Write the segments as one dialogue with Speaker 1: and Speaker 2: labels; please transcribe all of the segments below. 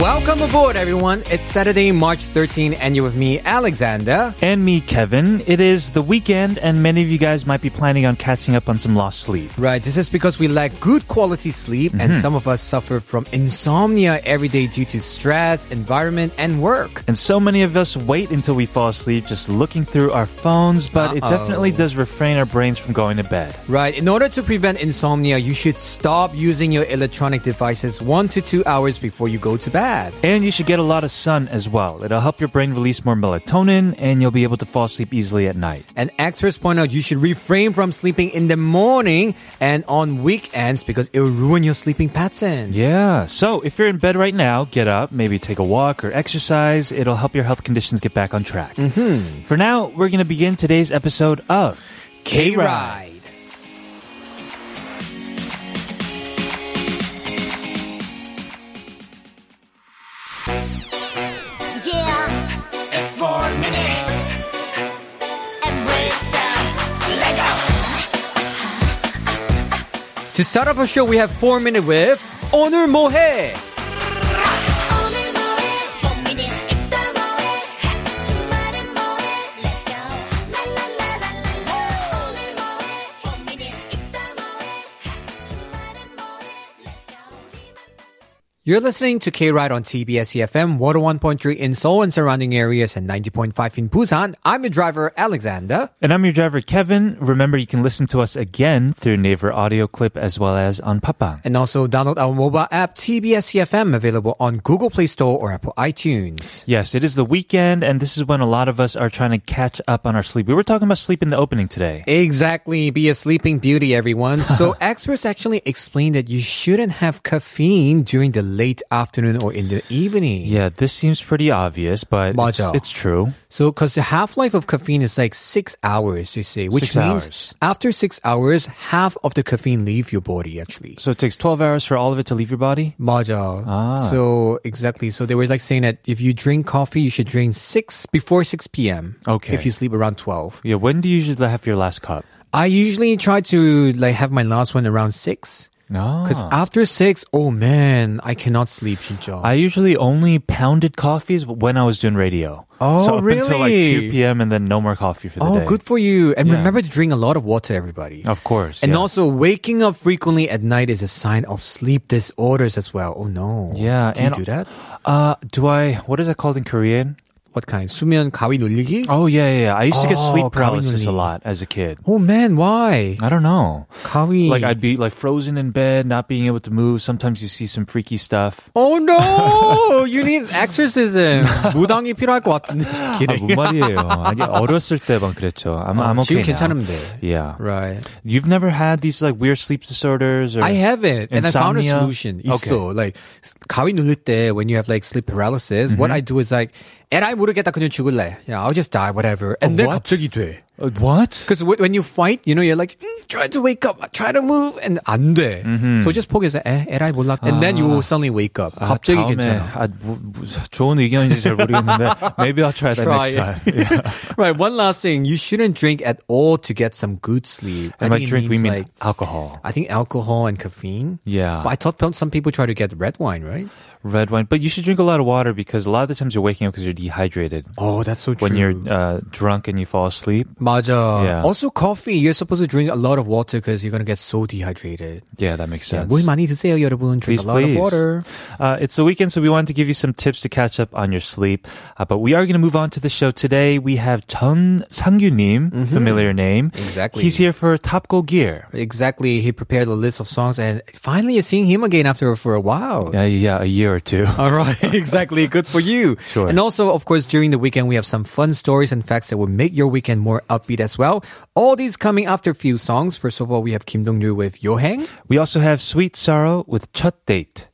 Speaker 1: Welcome aboard, everyone. It's Saturday, March 13, and you're with me, Alexander.
Speaker 2: And me, Kevin. It is the weekend, and many of you guys might be planning on catching up on some lost sleep.
Speaker 1: Right, this is because we lack good quality sleep, and some of us suffer from insomnia every day due to stress, environment, and work.
Speaker 2: And so many of us wait until we fall asleep just looking through our phones, but it
Speaker 1: Uh-oh.
Speaker 2: definitely does refrain our brains from going to bed.
Speaker 1: Right, in order to prevent insomnia, you should stop using your electronic devices one to two hours before you go to bed.
Speaker 2: And you should get a lot of sun as well. It'll help your brain release more melatonin, and you'll be able to fall asleep easily at night.
Speaker 1: And experts point out you should refrain from sleeping in the morning and on weekends because it'll ruin your sleeping pattern.
Speaker 2: Yeah, so if you're in bed right now, get up, maybe take a walk or exercise. It'll help your health conditions get back on track. Mm-hmm. For now, we're going to begin today's episode of
Speaker 1: K-Ride.
Speaker 3: Yeah, it's four minutes. Embrace and let go.
Speaker 1: To start off our show, we have four minute with 오늘 뭐해?
Speaker 3: 오늘 뭐해? 4 minutes. 이따 뭐해? 주말엔 뭐해? Let's go. 랄랄라랄라. 오늘 뭐해? 4 minutes. 이따 뭐해? 주말엔 뭐해? Let's go.
Speaker 1: You're listening to K Ride on TBS EFM 101.3 in Seoul and surrounding areas and 90.5 in Busan. I'm your driver, Alexander.
Speaker 2: And I'm your driver, Kevin. Remember, you can listen to us again through Naver audio clip as well as on Papang.
Speaker 1: And also download our mobile app TBS EFM E available on Google Play Store or Apple iTunes.
Speaker 2: Yes, it is the weekend, and this is when a lot of us are trying to catch up on our sleep. We were talking about sleep in the opening today.
Speaker 1: Exactly, be a sleeping beauty, everyone. so, experts actually explain that you shouldn't have caffeine during the late afternoon or in the evening.
Speaker 2: Yeah, this seems pretty obvious, but it's,
Speaker 1: 맞아.
Speaker 2: it's true.
Speaker 1: So, because the half life of caffeine is like six hours, you say, which
Speaker 2: Six
Speaker 1: means
Speaker 2: hours.
Speaker 1: after six hours, half of the caffeine leave your body actually.
Speaker 2: So it takes 12 hours for all of it to leave your body?
Speaker 1: 맞아.
Speaker 2: Ah.
Speaker 1: So exactly. So they were like saying that if you drink coffee, you should drink six before six p.m.
Speaker 2: Okay.
Speaker 1: If you sleep around twelve,
Speaker 2: Yeah, when do you usually have your last cup?
Speaker 1: I usually try to like have my last one around six.
Speaker 2: No.
Speaker 1: Because after six, oh man, I cannot sleep, 진짜.
Speaker 2: Ah. I usually only pounded coffees when I was doing radio.
Speaker 1: Oh,
Speaker 2: so up until like
Speaker 1: really?
Speaker 2: 2 p.m. and then no more coffee for the
Speaker 1: oh,
Speaker 2: day.
Speaker 1: good for you. And remember to drink a lot of water, everybody.
Speaker 2: Of course.
Speaker 1: And
Speaker 2: yeah.
Speaker 1: also, waking up frequently at night is a sign of sleep disorders as well. Oh no.
Speaker 2: Yeah,
Speaker 1: Do you
Speaker 2: and-
Speaker 1: do that?
Speaker 2: Uh, do I? What is that called in Korean?
Speaker 1: What kind? 수면 가위 눌리기?
Speaker 2: Oh yeah, yeah. yeah. I used to get
Speaker 1: Oh,
Speaker 2: sleep paralysis a
Speaker 1: 가위눌림.
Speaker 2: lot as a kid.
Speaker 1: Oh man, why?
Speaker 2: I don't know.
Speaker 1: 가위.
Speaker 2: Like I'd be like frozen in bed, not being able to move. Sometimes you see some freaky stuff.
Speaker 1: Oh no! You need exorcism. 무당이 필요할 것 같은데. Just
Speaker 2: 아,
Speaker 1: kidding.
Speaker 2: 뭔 말이에요? 아니 어렸을 때만 그랬죠. I'm, I'm
Speaker 1: 지금
Speaker 2: okay now.
Speaker 1: 괜찮은데.
Speaker 2: Yeah.
Speaker 1: Right.
Speaker 2: You've never had these like weird sleep disorders? Or...
Speaker 1: I have it, and I found a
Speaker 2: Insomnia?
Speaker 1: solution.
Speaker 2: Okay.
Speaker 1: 있어. Like 가위 누를 때 when you have like sleep paralysis, what
Speaker 2: Mm-hmm.
Speaker 1: I do is like, and I 모르겠다 그냥 죽을래. Yeah, I'll just die, whatever. And then
Speaker 2: Oh, what?
Speaker 1: 갑자기 돼.
Speaker 2: Uh, what?
Speaker 1: Because when you fight, you know, you're like, "Mm, try to wake up, try to move, and 안 돼.
Speaker 2: Mm-hmm.
Speaker 1: So just 포기해서, 에, 에라이 몰라. And then you will suddenly wake up.
Speaker 2: 아,
Speaker 1: 갑자기
Speaker 2: Ah. 다음에
Speaker 1: 괜찮아.
Speaker 2: 아, 뭐, 뭐, 좋은 의견인지 잘 모르겠는데 maybe I'll try that
Speaker 1: Try
Speaker 2: next time. Yeah.
Speaker 1: right. One last thing. You shouldn't drink at all to get some good sleep.
Speaker 2: And by
Speaker 1: think it
Speaker 2: drink we
Speaker 1: means,
Speaker 2: mean
Speaker 1: like,
Speaker 2: alcohol.
Speaker 1: I think alcohol and caffeine.
Speaker 2: Yeah.
Speaker 1: But I thought pom- some people try to get red wine, right?
Speaker 2: Red wine, but you should drink a lot of water because a lot of the times you're waking up because you're dehydrated.
Speaker 1: Oh, that's so true.
Speaker 2: when you're uh, drunk and you fall asleep.
Speaker 1: Maja.
Speaker 2: Yeah.
Speaker 1: Also, coffee. You're supposed to drink a lot of water because you're going to get so dehydrated.
Speaker 2: Yeah, that makes sense.
Speaker 1: 물 많이 드세요, 여러분. Drink
Speaker 2: Please,
Speaker 1: a lot
Speaker 2: please.
Speaker 1: of water.
Speaker 2: Uh, it's the weekend, so we wanted to give you some tips to catch up on your sleep. Uh, but we are going to move on to the show today. We have Chun Sangyu-nim, familiar name.
Speaker 1: Mm-hmm. Exactly.
Speaker 2: He's here for Top Go Gear.
Speaker 1: Exactly. He prepared a list of songs, and finally, you're seeing him again after for a while.
Speaker 2: Yeah, yeah, a year or two.
Speaker 1: All right, exactly. Good for you.
Speaker 2: Sure.
Speaker 1: And also, of course, during the weekend, we have some fun stories and facts that will make your weekend more upbeat as well. All these coming after a few songs. First of all, we have Kim Dong Ryu with Yoheng.
Speaker 2: We also have Sweet Sorrow with Chut Date.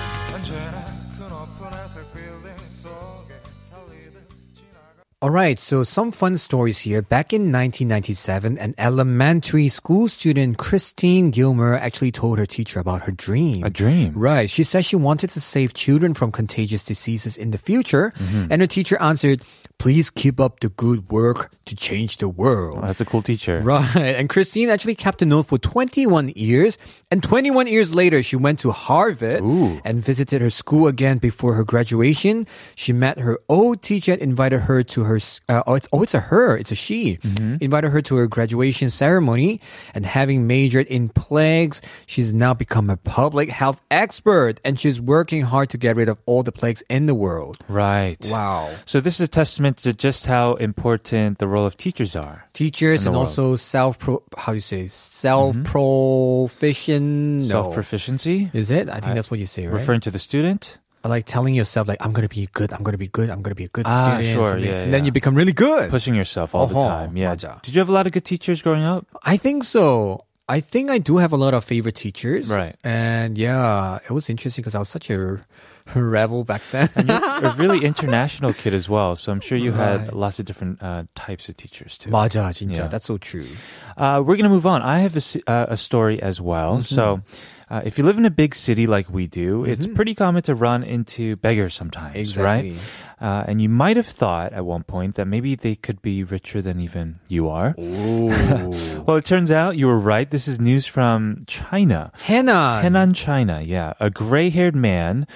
Speaker 4: 큰 오픈회색 빌딩 속에 달리듯 지나가
Speaker 1: All right, so some fun stories here. Back in 1997, an elementary school student, Christine Gilmer, actually told her teacher about her dream.
Speaker 2: A dream?
Speaker 1: Right. She said she wanted to save children from contagious diseases in the future.
Speaker 2: Mm-hmm.
Speaker 1: And her teacher answered, Please keep up the good work to change the world.
Speaker 2: That's a cool teacher.
Speaker 1: Right. And Christine actually kept the note for 21 years. And 21 years later, she went to Harvard and visited her school again before her graduation. She met her old teacher and invited her to her, s- uh, oh, it's, oh, it's a her, it's a she, invited her to her graduation ceremony. And having majored in plagues, she's now become a public health expert and she's working hard to get rid of all the plagues in the world.
Speaker 2: Right.
Speaker 1: Wow.
Speaker 2: So this is a testament to just how important the role of teachers are.
Speaker 1: Teachers
Speaker 2: In
Speaker 1: and
Speaker 2: the world. Mm-hmm.
Speaker 1: also self pro, how do you say, self proficient?
Speaker 2: Self proficiency,
Speaker 1: Is it? I think that's what you say, right?
Speaker 2: referring to the student.
Speaker 1: like telling yourself, like, I'm gonna be good, I'm gonna be good, I'm gonna be a good
Speaker 2: Ah,
Speaker 1: student.
Speaker 2: sure,
Speaker 1: something.
Speaker 2: yeah,
Speaker 1: and then
Speaker 2: yeah.
Speaker 1: you become really good.
Speaker 2: Pushing yourself all the
Speaker 1: Uh-huh.
Speaker 2: time. Yeah.
Speaker 1: 맞아.
Speaker 2: Did you have a lot of good teachers growing up?
Speaker 1: I think so. I think I do have a lot of favorite teachers.
Speaker 2: Right.
Speaker 1: And yeah, it was interesting because I was such a rebel back then.
Speaker 2: a really international kid as well. So I'm sure you
Speaker 1: Right.
Speaker 2: had lots of different uh, types of teachers too.
Speaker 1: 맞아, 진짜.
Speaker 2: Yeah.
Speaker 1: That's so true.
Speaker 2: Uh, we're going to move on. I have a, si- uh, a story as well.
Speaker 1: Mm-hmm.
Speaker 2: So, uh, if you live in a big city like we do, it's pretty common to run into beggars sometimes,
Speaker 1: Mm-hmm. Exactly.
Speaker 2: right? Uh, and you might have thought at one point that maybe they could be richer than even you are. well, it turns out you were right. This is news from China.
Speaker 1: Hannah.
Speaker 2: Henan, China, yeah. A gray haired man,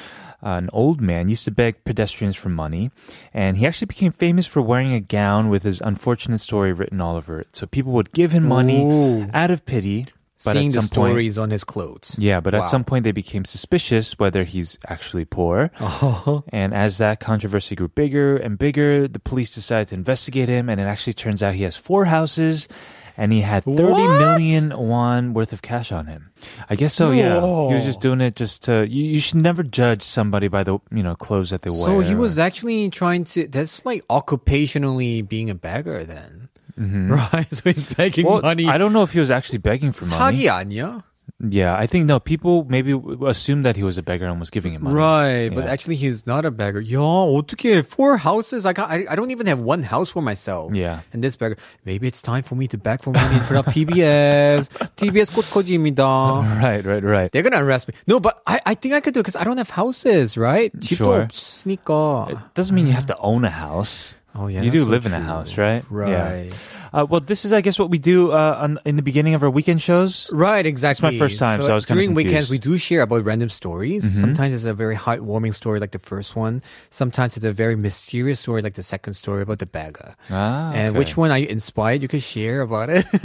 Speaker 2: uh, an old man, used to beg pedestrians for money. And he actually became famous for wearing a gown with his unfortunate story written all over it. So people would give him money
Speaker 1: Ooh.
Speaker 2: out of pity. But
Speaker 1: Seeing
Speaker 2: at
Speaker 1: the
Speaker 2: some point,
Speaker 1: stories on his clothes.
Speaker 2: yeah, but
Speaker 1: Wow.
Speaker 2: at some point they became suspicious whether he's actually poor.
Speaker 1: Oh.
Speaker 2: And as that controversy grew bigger and bigger, the police decided to investigate him. And it actually turns out he has four houses and he had thirty
Speaker 1: What?
Speaker 2: million won worth of cash on him. I guess so, yeah. He was just doing it just to, you, you should never judge somebody by the, you know, clothes that they wear.
Speaker 1: So he
Speaker 2: or-
Speaker 1: was actually trying to, that's like occupationally being a beggar then. Right? So he's begging
Speaker 2: Mm-hmm. Well,
Speaker 1: money.
Speaker 2: I don't know if he was actually begging for money.
Speaker 1: 사기 아니야?
Speaker 2: Yeah, I think no. People maybe w- assumed that he was a beggar and was giving him money.
Speaker 1: Right, but
Speaker 2: Yeah.
Speaker 1: actually he's not a beggar. 야, 어떻게 four houses? I, got, I I don't even have one house for myself.
Speaker 2: Yeah.
Speaker 1: And this beggar, maybe it's time for me to beg for money in front of TBS. TBS 꽃꽂이입니다.
Speaker 2: right, right, right.
Speaker 1: They're gonna arrest me. No, but I, I think I could do it because I don't have houses, right? 집도
Speaker 2: Sure.
Speaker 1: 없으니까.
Speaker 2: Doesn't mean you have to own a house.
Speaker 1: Oh, yeah,
Speaker 2: you do
Speaker 1: that's so
Speaker 2: live in a
Speaker 1: true.
Speaker 2: house, right?
Speaker 1: Right.
Speaker 2: Yeah. Uh, well, this is, I guess, what we do uh, on, in the beginning of our weekend shows.
Speaker 1: Right, exactly.
Speaker 2: first time, so I was kinda
Speaker 1: during weekends
Speaker 2: confused. Mm-hmm.
Speaker 1: we do share about random stories. Sometimes it's a very heartwarming story, like the first one. Sometimes it's a very mysterious story, like the second story about the beggar.
Speaker 2: Ah,
Speaker 1: and
Speaker 2: okay.
Speaker 1: which one are you inspired? You can share about it.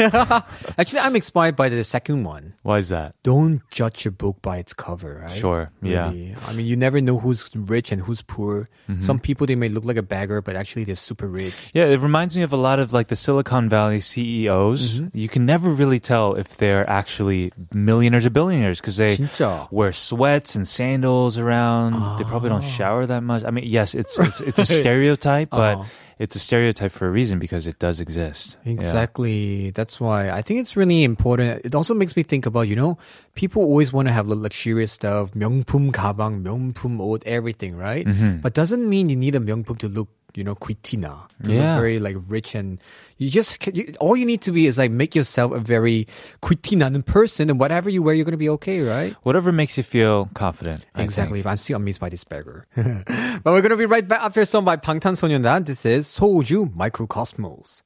Speaker 1: Actually, I'm inspired by the second one.
Speaker 2: Why is that?
Speaker 1: Don't judge a book by its cover, right?
Speaker 2: Sure, yeah. Mm-hmm.
Speaker 1: Really. I mean, you never know who's rich and who's poor. Some people they may look like a beggar, but actually they're super rich.
Speaker 2: Yeah, it reminds me of a lot of like the Silicon Valley CEOs. You can never really tell if they're actually millionaires or billionaires because they
Speaker 1: 진짜.
Speaker 2: wear sweats and sandals around. They probably don't shower that much. I mean, yes, it's it's, it's a stereotype, but
Speaker 1: Oh.
Speaker 2: it's a stereotype for a reason because it does exist. Yeah.
Speaker 1: Exactly. That's why I think it's really important. It also makes me think about, you know, people always want to have the luxurious stuff, 명품 가방, 명품 옷, everything, right?
Speaker 2: Mm-hmm.
Speaker 1: But doesn't mean you need a 명품 to look, you know, quitina, to
Speaker 2: Yeah.
Speaker 1: look very like rich and you just ca- you, all you need to be is like make yourself a very quitina는 person, and whatever you wear, you're gonna be okay, right?
Speaker 2: Whatever makes you feel confident. I think.
Speaker 1: Exactly. But I'm still amazed by this beggar. but we're gonna be right back after a song by 방탄소년단. This is 소우주 Microcosmos.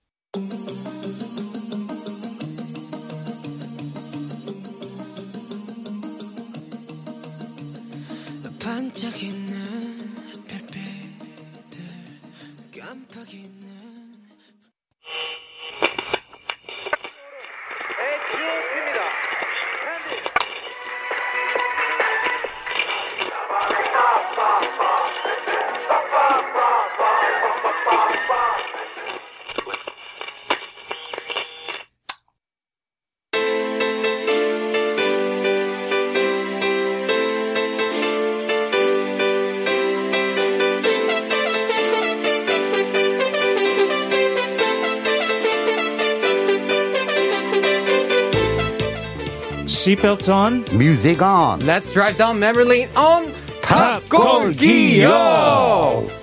Speaker 5: 반짝이는 별빛들 깜빡이는
Speaker 2: Seatbelts on.
Speaker 6: Music on.
Speaker 1: Let's drive down memory lane on time. 팝골기요!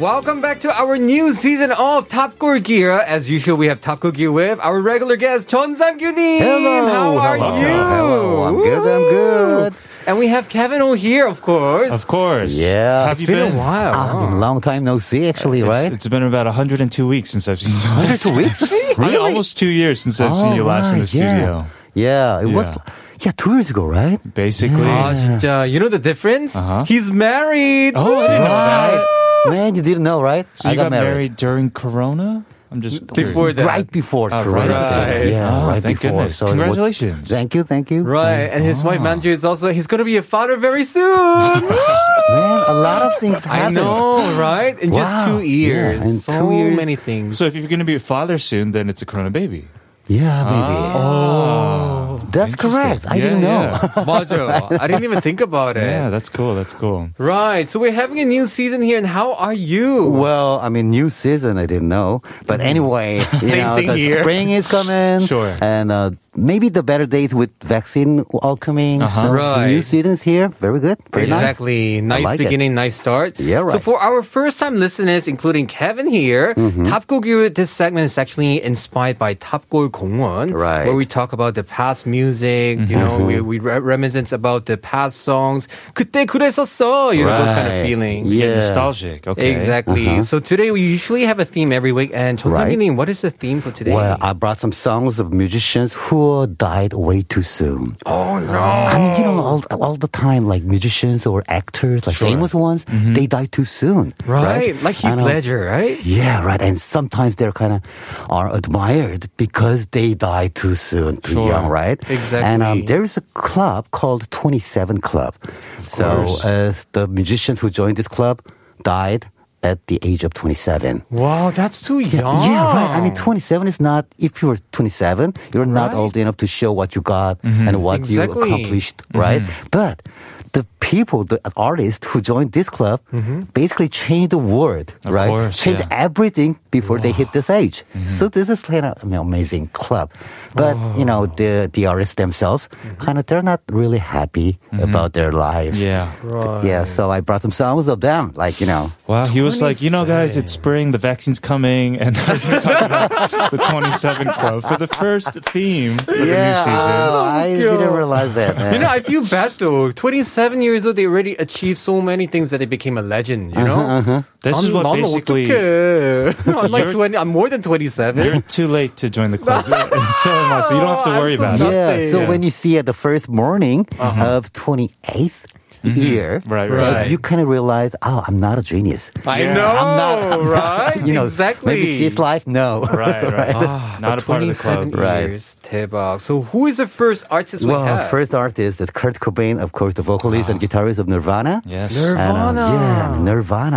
Speaker 1: Welcome back to our new season of Top Gear Gear. As usual, we have Top Gear Gear with our regular guest, Chon sang
Speaker 6: Hello,
Speaker 1: How are
Speaker 6: hello,
Speaker 1: you?
Speaker 6: hello. I'm good, I'm good.
Speaker 1: And we have Kevin O here, of course.
Speaker 2: Of course.
Speaker 6: Yeah.
Speaker 2: Have
Speaker 6: It's
Speaker 2: you
Speaker 1: been
Speaker 2: been?
Speaker 1: a while.
Speaker 6: Ah, long time no see, actually,
Speaker 2: Oh, It's-
Speaker 6: right?
Speaker 2: it's been about 102 weeks since I've seen you. last.
Speaker 6: two weeks?
Speaker 2: I-
Speaker 6: really?
Speaker 2: Almost two years since I've
Speaker 6: Oh,
Speaker 2: seen you last in the
Speaker 6: right, yeah.
Speaker 2: studio.
Speaker 6: Yeah, it was.
Speaker 2: Yeah.
Speaker 6: Yeah, two years ago, right?
Speaker 2: Basically.
Speaker 1: 아 Ah, 진짜 you know the difference?
Speaker 2: Uh-huh.
Speaker 1: He's married.
Speaker 2: oh, I didn't know that.
Speaker 6: Man, you didn't know, right?
Speaker 2: So you got, married. during Corona? I'm just
Speaker 1: Before
Speaker 2: curious.
Speaker 1: that.
Speaker 6: Right before
Speaker 2: Ah,
Speaker 6: Corona.
Speaker 1: right.
Speaker 2: Oh,
Speaker 6: Yeah, right
Speaker 2: thank
Speaker 6: before.
Speaker 2: goodness.
Speaker 6: it was-
Speaker 2: Congratulations.
Speaker 6: thank you, thank you.
Speaker 1: Right, and his
Speaker 6: Ah.
Speaker 1: wife Manju is also he's gonna be a father very soon.
Speaker 6: Man, a lot of things
Speaker 1: I
Speaker 6: happened.
Speaker 1: know, right? In just
Speaker 6: Wow.
Speaker 1: two years,
Speaker 6: Yeah, in
Speaker 1: so
Speaker 6: two years.
Speaker 1: many things.
Speaker 2: So if you're going to be a father soon, then it's a Corona baby.
Speaker 6: Yeah, baby.
Speaker 2: Oh,
Speaker 6: That's correct. I
Speaker 2: Yeah,
Speaker 6: didn't know.
Speaker 2: Yeah.
Speaker 1: 맞아. I didn't even think about it.
Speaker 2: Yeah, that's cool. That's cool.
Speaker 1: Right, so we're having a new season here, and how are you?
Speaker 6: Well, I mean, new season, I didn't know. But anyway, you
Speaker 1: Mm. Same
Speaker 6: know,
Speaker 1: thing
Speaker 6: the
Speaker 1: here.
Speaker 6: spring is coming.
Speaker 2: Sure.
Speaker 6: And uh, maybe the better days with vaccine all coming.
Speaker 1: Uh-huh.
Speaker 6: So
Speaker 1: Right.
Speaker 6: New season's here. Very good. Very nice.
Speaker 1: Exactly. Nice
Speaker 6: like it.
Speaker 1: beginning, nice start.
Speaker 6: Yeah,
Speaker 1: So
Speaker 6: right.
Speaker 1: for our first time listeners, including Kevin here,
Speaker 6: Mm-hmm.
Speaker 1: Top Goal Guru, this segment is actually inspired by Top Goal Gongwon,
Speaker 6: Right.
Speaker 1: where
Speaker 6: Mm-hmm.
Speaker 1: we talk about the past music, you know, we, we re- reminiscence about the past songs. 그때 그랬었어, you know, those kind of
Speaker 6: Right.
Speaker 1: feeling.
Speaker 6: Yeah. Uh-huh.
Speaker 2: Get nostalgic. Okay.
Speaker 1: Exactly. So today we usually have a theme every week. And Chun
Speaker 6: Right.
Speaker 1: Sang-ginim, what is the theme for today?
Speaker 6: Well, I brought some songs of musicians who died way too soon.
Speaker 1: oh no.
Speaker 6: I mean, you know, all, all the time, like musicians or actors, like
Speaker 2: Sure.
Speaker 6: famous ones, they die too soon.
Speaker 1: Mm-hmm. Right.
Speaker 6: Right? uh,
Speaker 1: Like
Speaker 6: I
Speaker 1: Heath
Speaker 6: know.
Speaker 1: Ledger, right?
Speaker 6: Yeah, right. And sometimes they're kind of are admired because they die too soon, too
Speaker 2: Sure.
Speaker 6: young, right?
Speaker 1: Exactly.
Speaker 6: And um, there is a club called Twenty Seven Club. so
Speaker 2: course.
Speaker 6: uh, the musicians who joined this club died at the age of twenty seven.
Speaker 1: Wow, that's too young.
Speaker 6: Yeah, right. I mean, 27 is not, if you're 27, you're not old enough to show what you got
Speaker 2: Mm-hmm.
Speaker 6: and what
Speaker 1: Exactly.
Speaker 6: you accomplished, right? But the people, the artists who joined this club basically changed the world,
Speaker 2: Mm-hmm. Of
Speaker 6: right?
Speaker 2: course,
Speaker 6: changed
Speaker 2: yeah. Mm-hmm.
Speaker 6: everything before they hit this age. So this is kind of an amazing club. But, you
Speaker 2: Oh.
Speaker 6: know, the, the artists themselves, kind of, they're not really happy about their life.
Speaker 2: Mm-hmm. Yeah.
Speaker 6: Yeah, so I brought some songs of them, like, you know.
Speaker 2: Wow. He was like, you know, guys, it's spring. The vaccine's coming, and we're gonna talk about the 27 Club for the first theme for the new season.
Speaker 6: oh, I didn't realize that.
Speaker 1: You know,
Speaker 6: man.
Speaker 1: I feel bad though. 27 years old, they already achieved so many things that they became a legend, you know?
Speaker 6: Uh-huh,
Speaker 2: This is what
Speaker 1: I'm
Speaker 2: basically.
Speaker 1: 어떡해. I'm like
Speaker 2: You're-
Speaker 1: 20, I'm more than 27.
Speaker 2: You're too late to join the club. so am I. So you don't have to
Speaker 1: I'm
Speaker 2: worry
Speaker 1: so
Speaker 2: about
Speaker 1: sorry.
Speaker 2: it.
Speaker 6: Yeah. So
Speaker 1: Yeah. Uh-huh.
Speaker 6: when you see at the first morning of 28th year,
Speaker 2: Right.
Speaker 6: that
Speaker 2: Right.
Speaker 1: Mm-hmm. Right.
Speaker 6: you kind of realize, oh, I'm not a genius.
Speaker 1: I
Speaker 2: Yeah.
Speaker 1: know,
Speaker 6: I'm not, I'm
Speaker 1: right?
Speaker 6: not, you know,
Speaker 1: exactly.
Speaker 6: Maybe this life, no.
Speaker 2: Right. Right. Not a
Speaker 6: Ah,
Speaker 2: part of the
Speaker 1: 27
Speaker 2: club.
Speaker 6: Right.
Speaker 1: Years, 대박. So who is the first artist we
Speaker 6: Well,
Speaker 1: have?
Speaker 6: first artist is Kurt Cobain, of course, the vocalist and guitarist of Nirvana.
Speaker 2: Yes.
Speaker 6: And, um,
Speaker 1: Ah. Nirvana.
Speaker 6: yeah,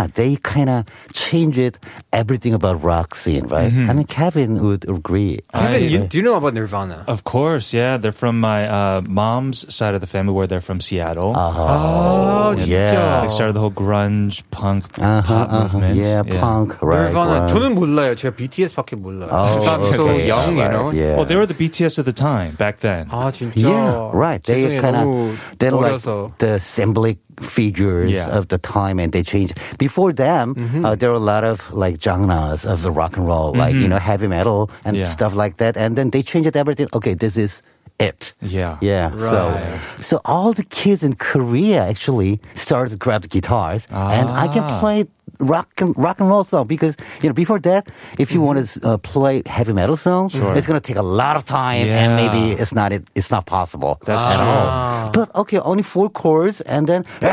Speaker 6: Nirvana. They kind of changed it, everything about rock scene, right?
Speaker 1: Mm-hmm.
Speaker 6: I mean, Kevin would agree.
Speaker 1: Kevin,
Speaker 2: I-
Speaker 1: you, do you know about Nirvana?
Speaker 2: Of course, yeah. They're from my uh, mom's side of the family, where they're from Seattle.
Speaker 6: Uh-huh.
Speaker 1: oh,
Speaker 6: yeah.
Speaker 2: They started the whole grunge punk pop movement.
Speaker 6: Uh-huh, Yeah, punk, right.
Speaker 1: Nirvana.
Speaker 6: right.
Speaker 1: 저는 몰라요. 제가 BTS밖에 몰라요.
Speaker 6: Oh,
Speaker 1: I'm so
Speaker 6: okay.
Speaker 1: young, you
Speaker 6: Right,
Speaker 1: know?
Speaker 6: Yeah.
Speaker 2: Well, they were the BTS of the time back then.
Speaker 6: Ah.
Speaker 1: 아, 진짜.
Speaker 6: Yeah, right. They
Speaker 1: 죄송해요.
Speaker 6: kind
Speaker 1: 너무
Speaker 6: of they like
Speaker 1: 어려서.
Speaker 6: the symbolic figures
Speaker 2: Yeah.
Speaker 6: of the time, and they changed. Before them,
Speaker 1: Mm-hmm.
Speaker 6: uh, there were a lot of like genres of the rock and roll, like
Speaker 1: Mm-hmm.
Speaker 6: you know heavy metal and
Speaker 2: Yeah.
Speaker 6: stuff like that. And then they changed everything. Okay, this is it.
Speaker 2: Yeah.
Speaker 6: Yeah. So, so all the kids in Korea actually started to grab the guitars, and I can
Speaker 2: Ah.
Speaker 6: play rock and rock and roll song because you know before that,
Speaker 2: Mm-hmm.
Speaker 6: if you want to uh, play heavy metal song, it's gonna take a lot of time, and
Speaker 2: Yeah.
Speaker 6: maybe it's not it, it's not possible.
Speaker 2: That's
Speaker 6: at
Speaker 2: true. Ah.
Speaker 6: all. But okay, only four chords, and then.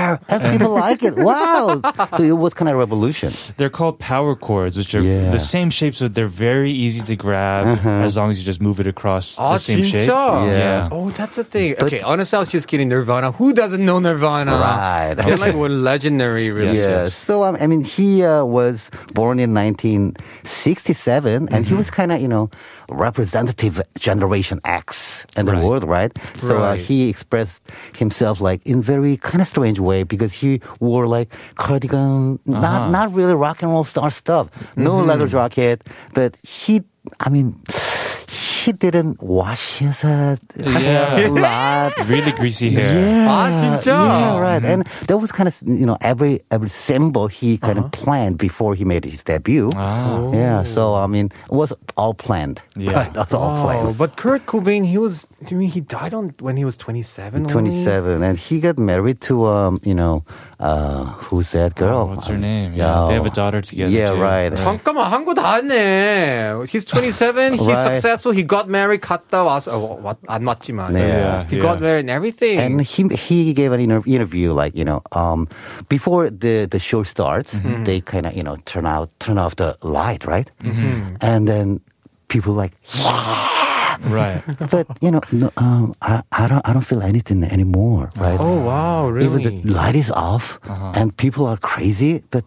Speaker 6: And people like it. Wow! So it was kind of revolution.
Speaker 2: They're called power chords, which are
Speaker 6: Yeah. Uh-huh.
Speaker 2: the same shape, so they're very easy to grab as long as you just move it across
Speaker 1: 아
Speaker 2: the same shape.
Speaker 1: 진짜?
Speaker 2: Yeah.
Speaker 1: Oh, that's the thing. okay, honestly, I was just kidding. Nirvana. Who doesn't know Nirvana?
Speaker 6: Right.
Speaker 1: They're like were legendary, really.
Speaker 6: Yeah. So um, I mean, he uh, was born in 1967, and he was kind of you know representative generation X in the
Speaker 2: Right.
Speaker 6: world, right? So uh,
Speaker 1: Right.
Speaker 6: he expressed himself like in very kind of strange way because he wore like cardigan, not not really rock and roll star stuff. No leather jacket, but he, I mean, he didn't wash his uh, hair a lot.
Speaker 2: Really greasy hair.
Speaker 6: Yeah,
Speaker 1: Ah, 진짜?
Speaker 6: yeah, right. And that was kind of you know every every symbol he kind of
Speaker 2: Uh-huh.
Speaker 6: planned before he made his debut. Yeah, so I mean, it was all planned.
Speaker 2: Ah. Yeah.
Speaker 6: that's all
Speaker 1: Oh,
Speaker 6: planned.
Speaker 1: but Kurt Cobain, he was. I mean, he died on when he was twenty-seven. only?
Speaker 6: Twenty-seven, and he got married to um, you know, uh, who's that
Speaker 2: Oh,
Speaker 6: girl? Uh,
Speaker 2: What's her name? Yeah, they have a daughter together.
Speaker 6: Yeah,
Speaker 2: too.
Speaker 6: right.
Speaker 1: 잠깐만 한국 다 왔네. He's 27. He's
Speaker 6: Right.
Speaker 1: successful. He got married. 갔다 와서 어, 왔, 안 왔지만.
Speaker 6: Yeah.
Speaker 1: He
Speaker 2: Yeah.
Speaker 1: got married and everything.
Speaker 6: And he he gave an inter- interview like you know um, before the the show starts
Speaker 2: Mm-hmm.
Speaker 6: they kind of you know turn out turn off the light right
Speaker 2: Mm-hmm.
Speaker 6: and then people like
Speaker 2: Right.
Speaker 6: but you know no, um, I I don't I don't feel anything anymore right
Speaker 1: oh wow, really? Uh-huh.
Speaker 6: even the light is off and people are crazy but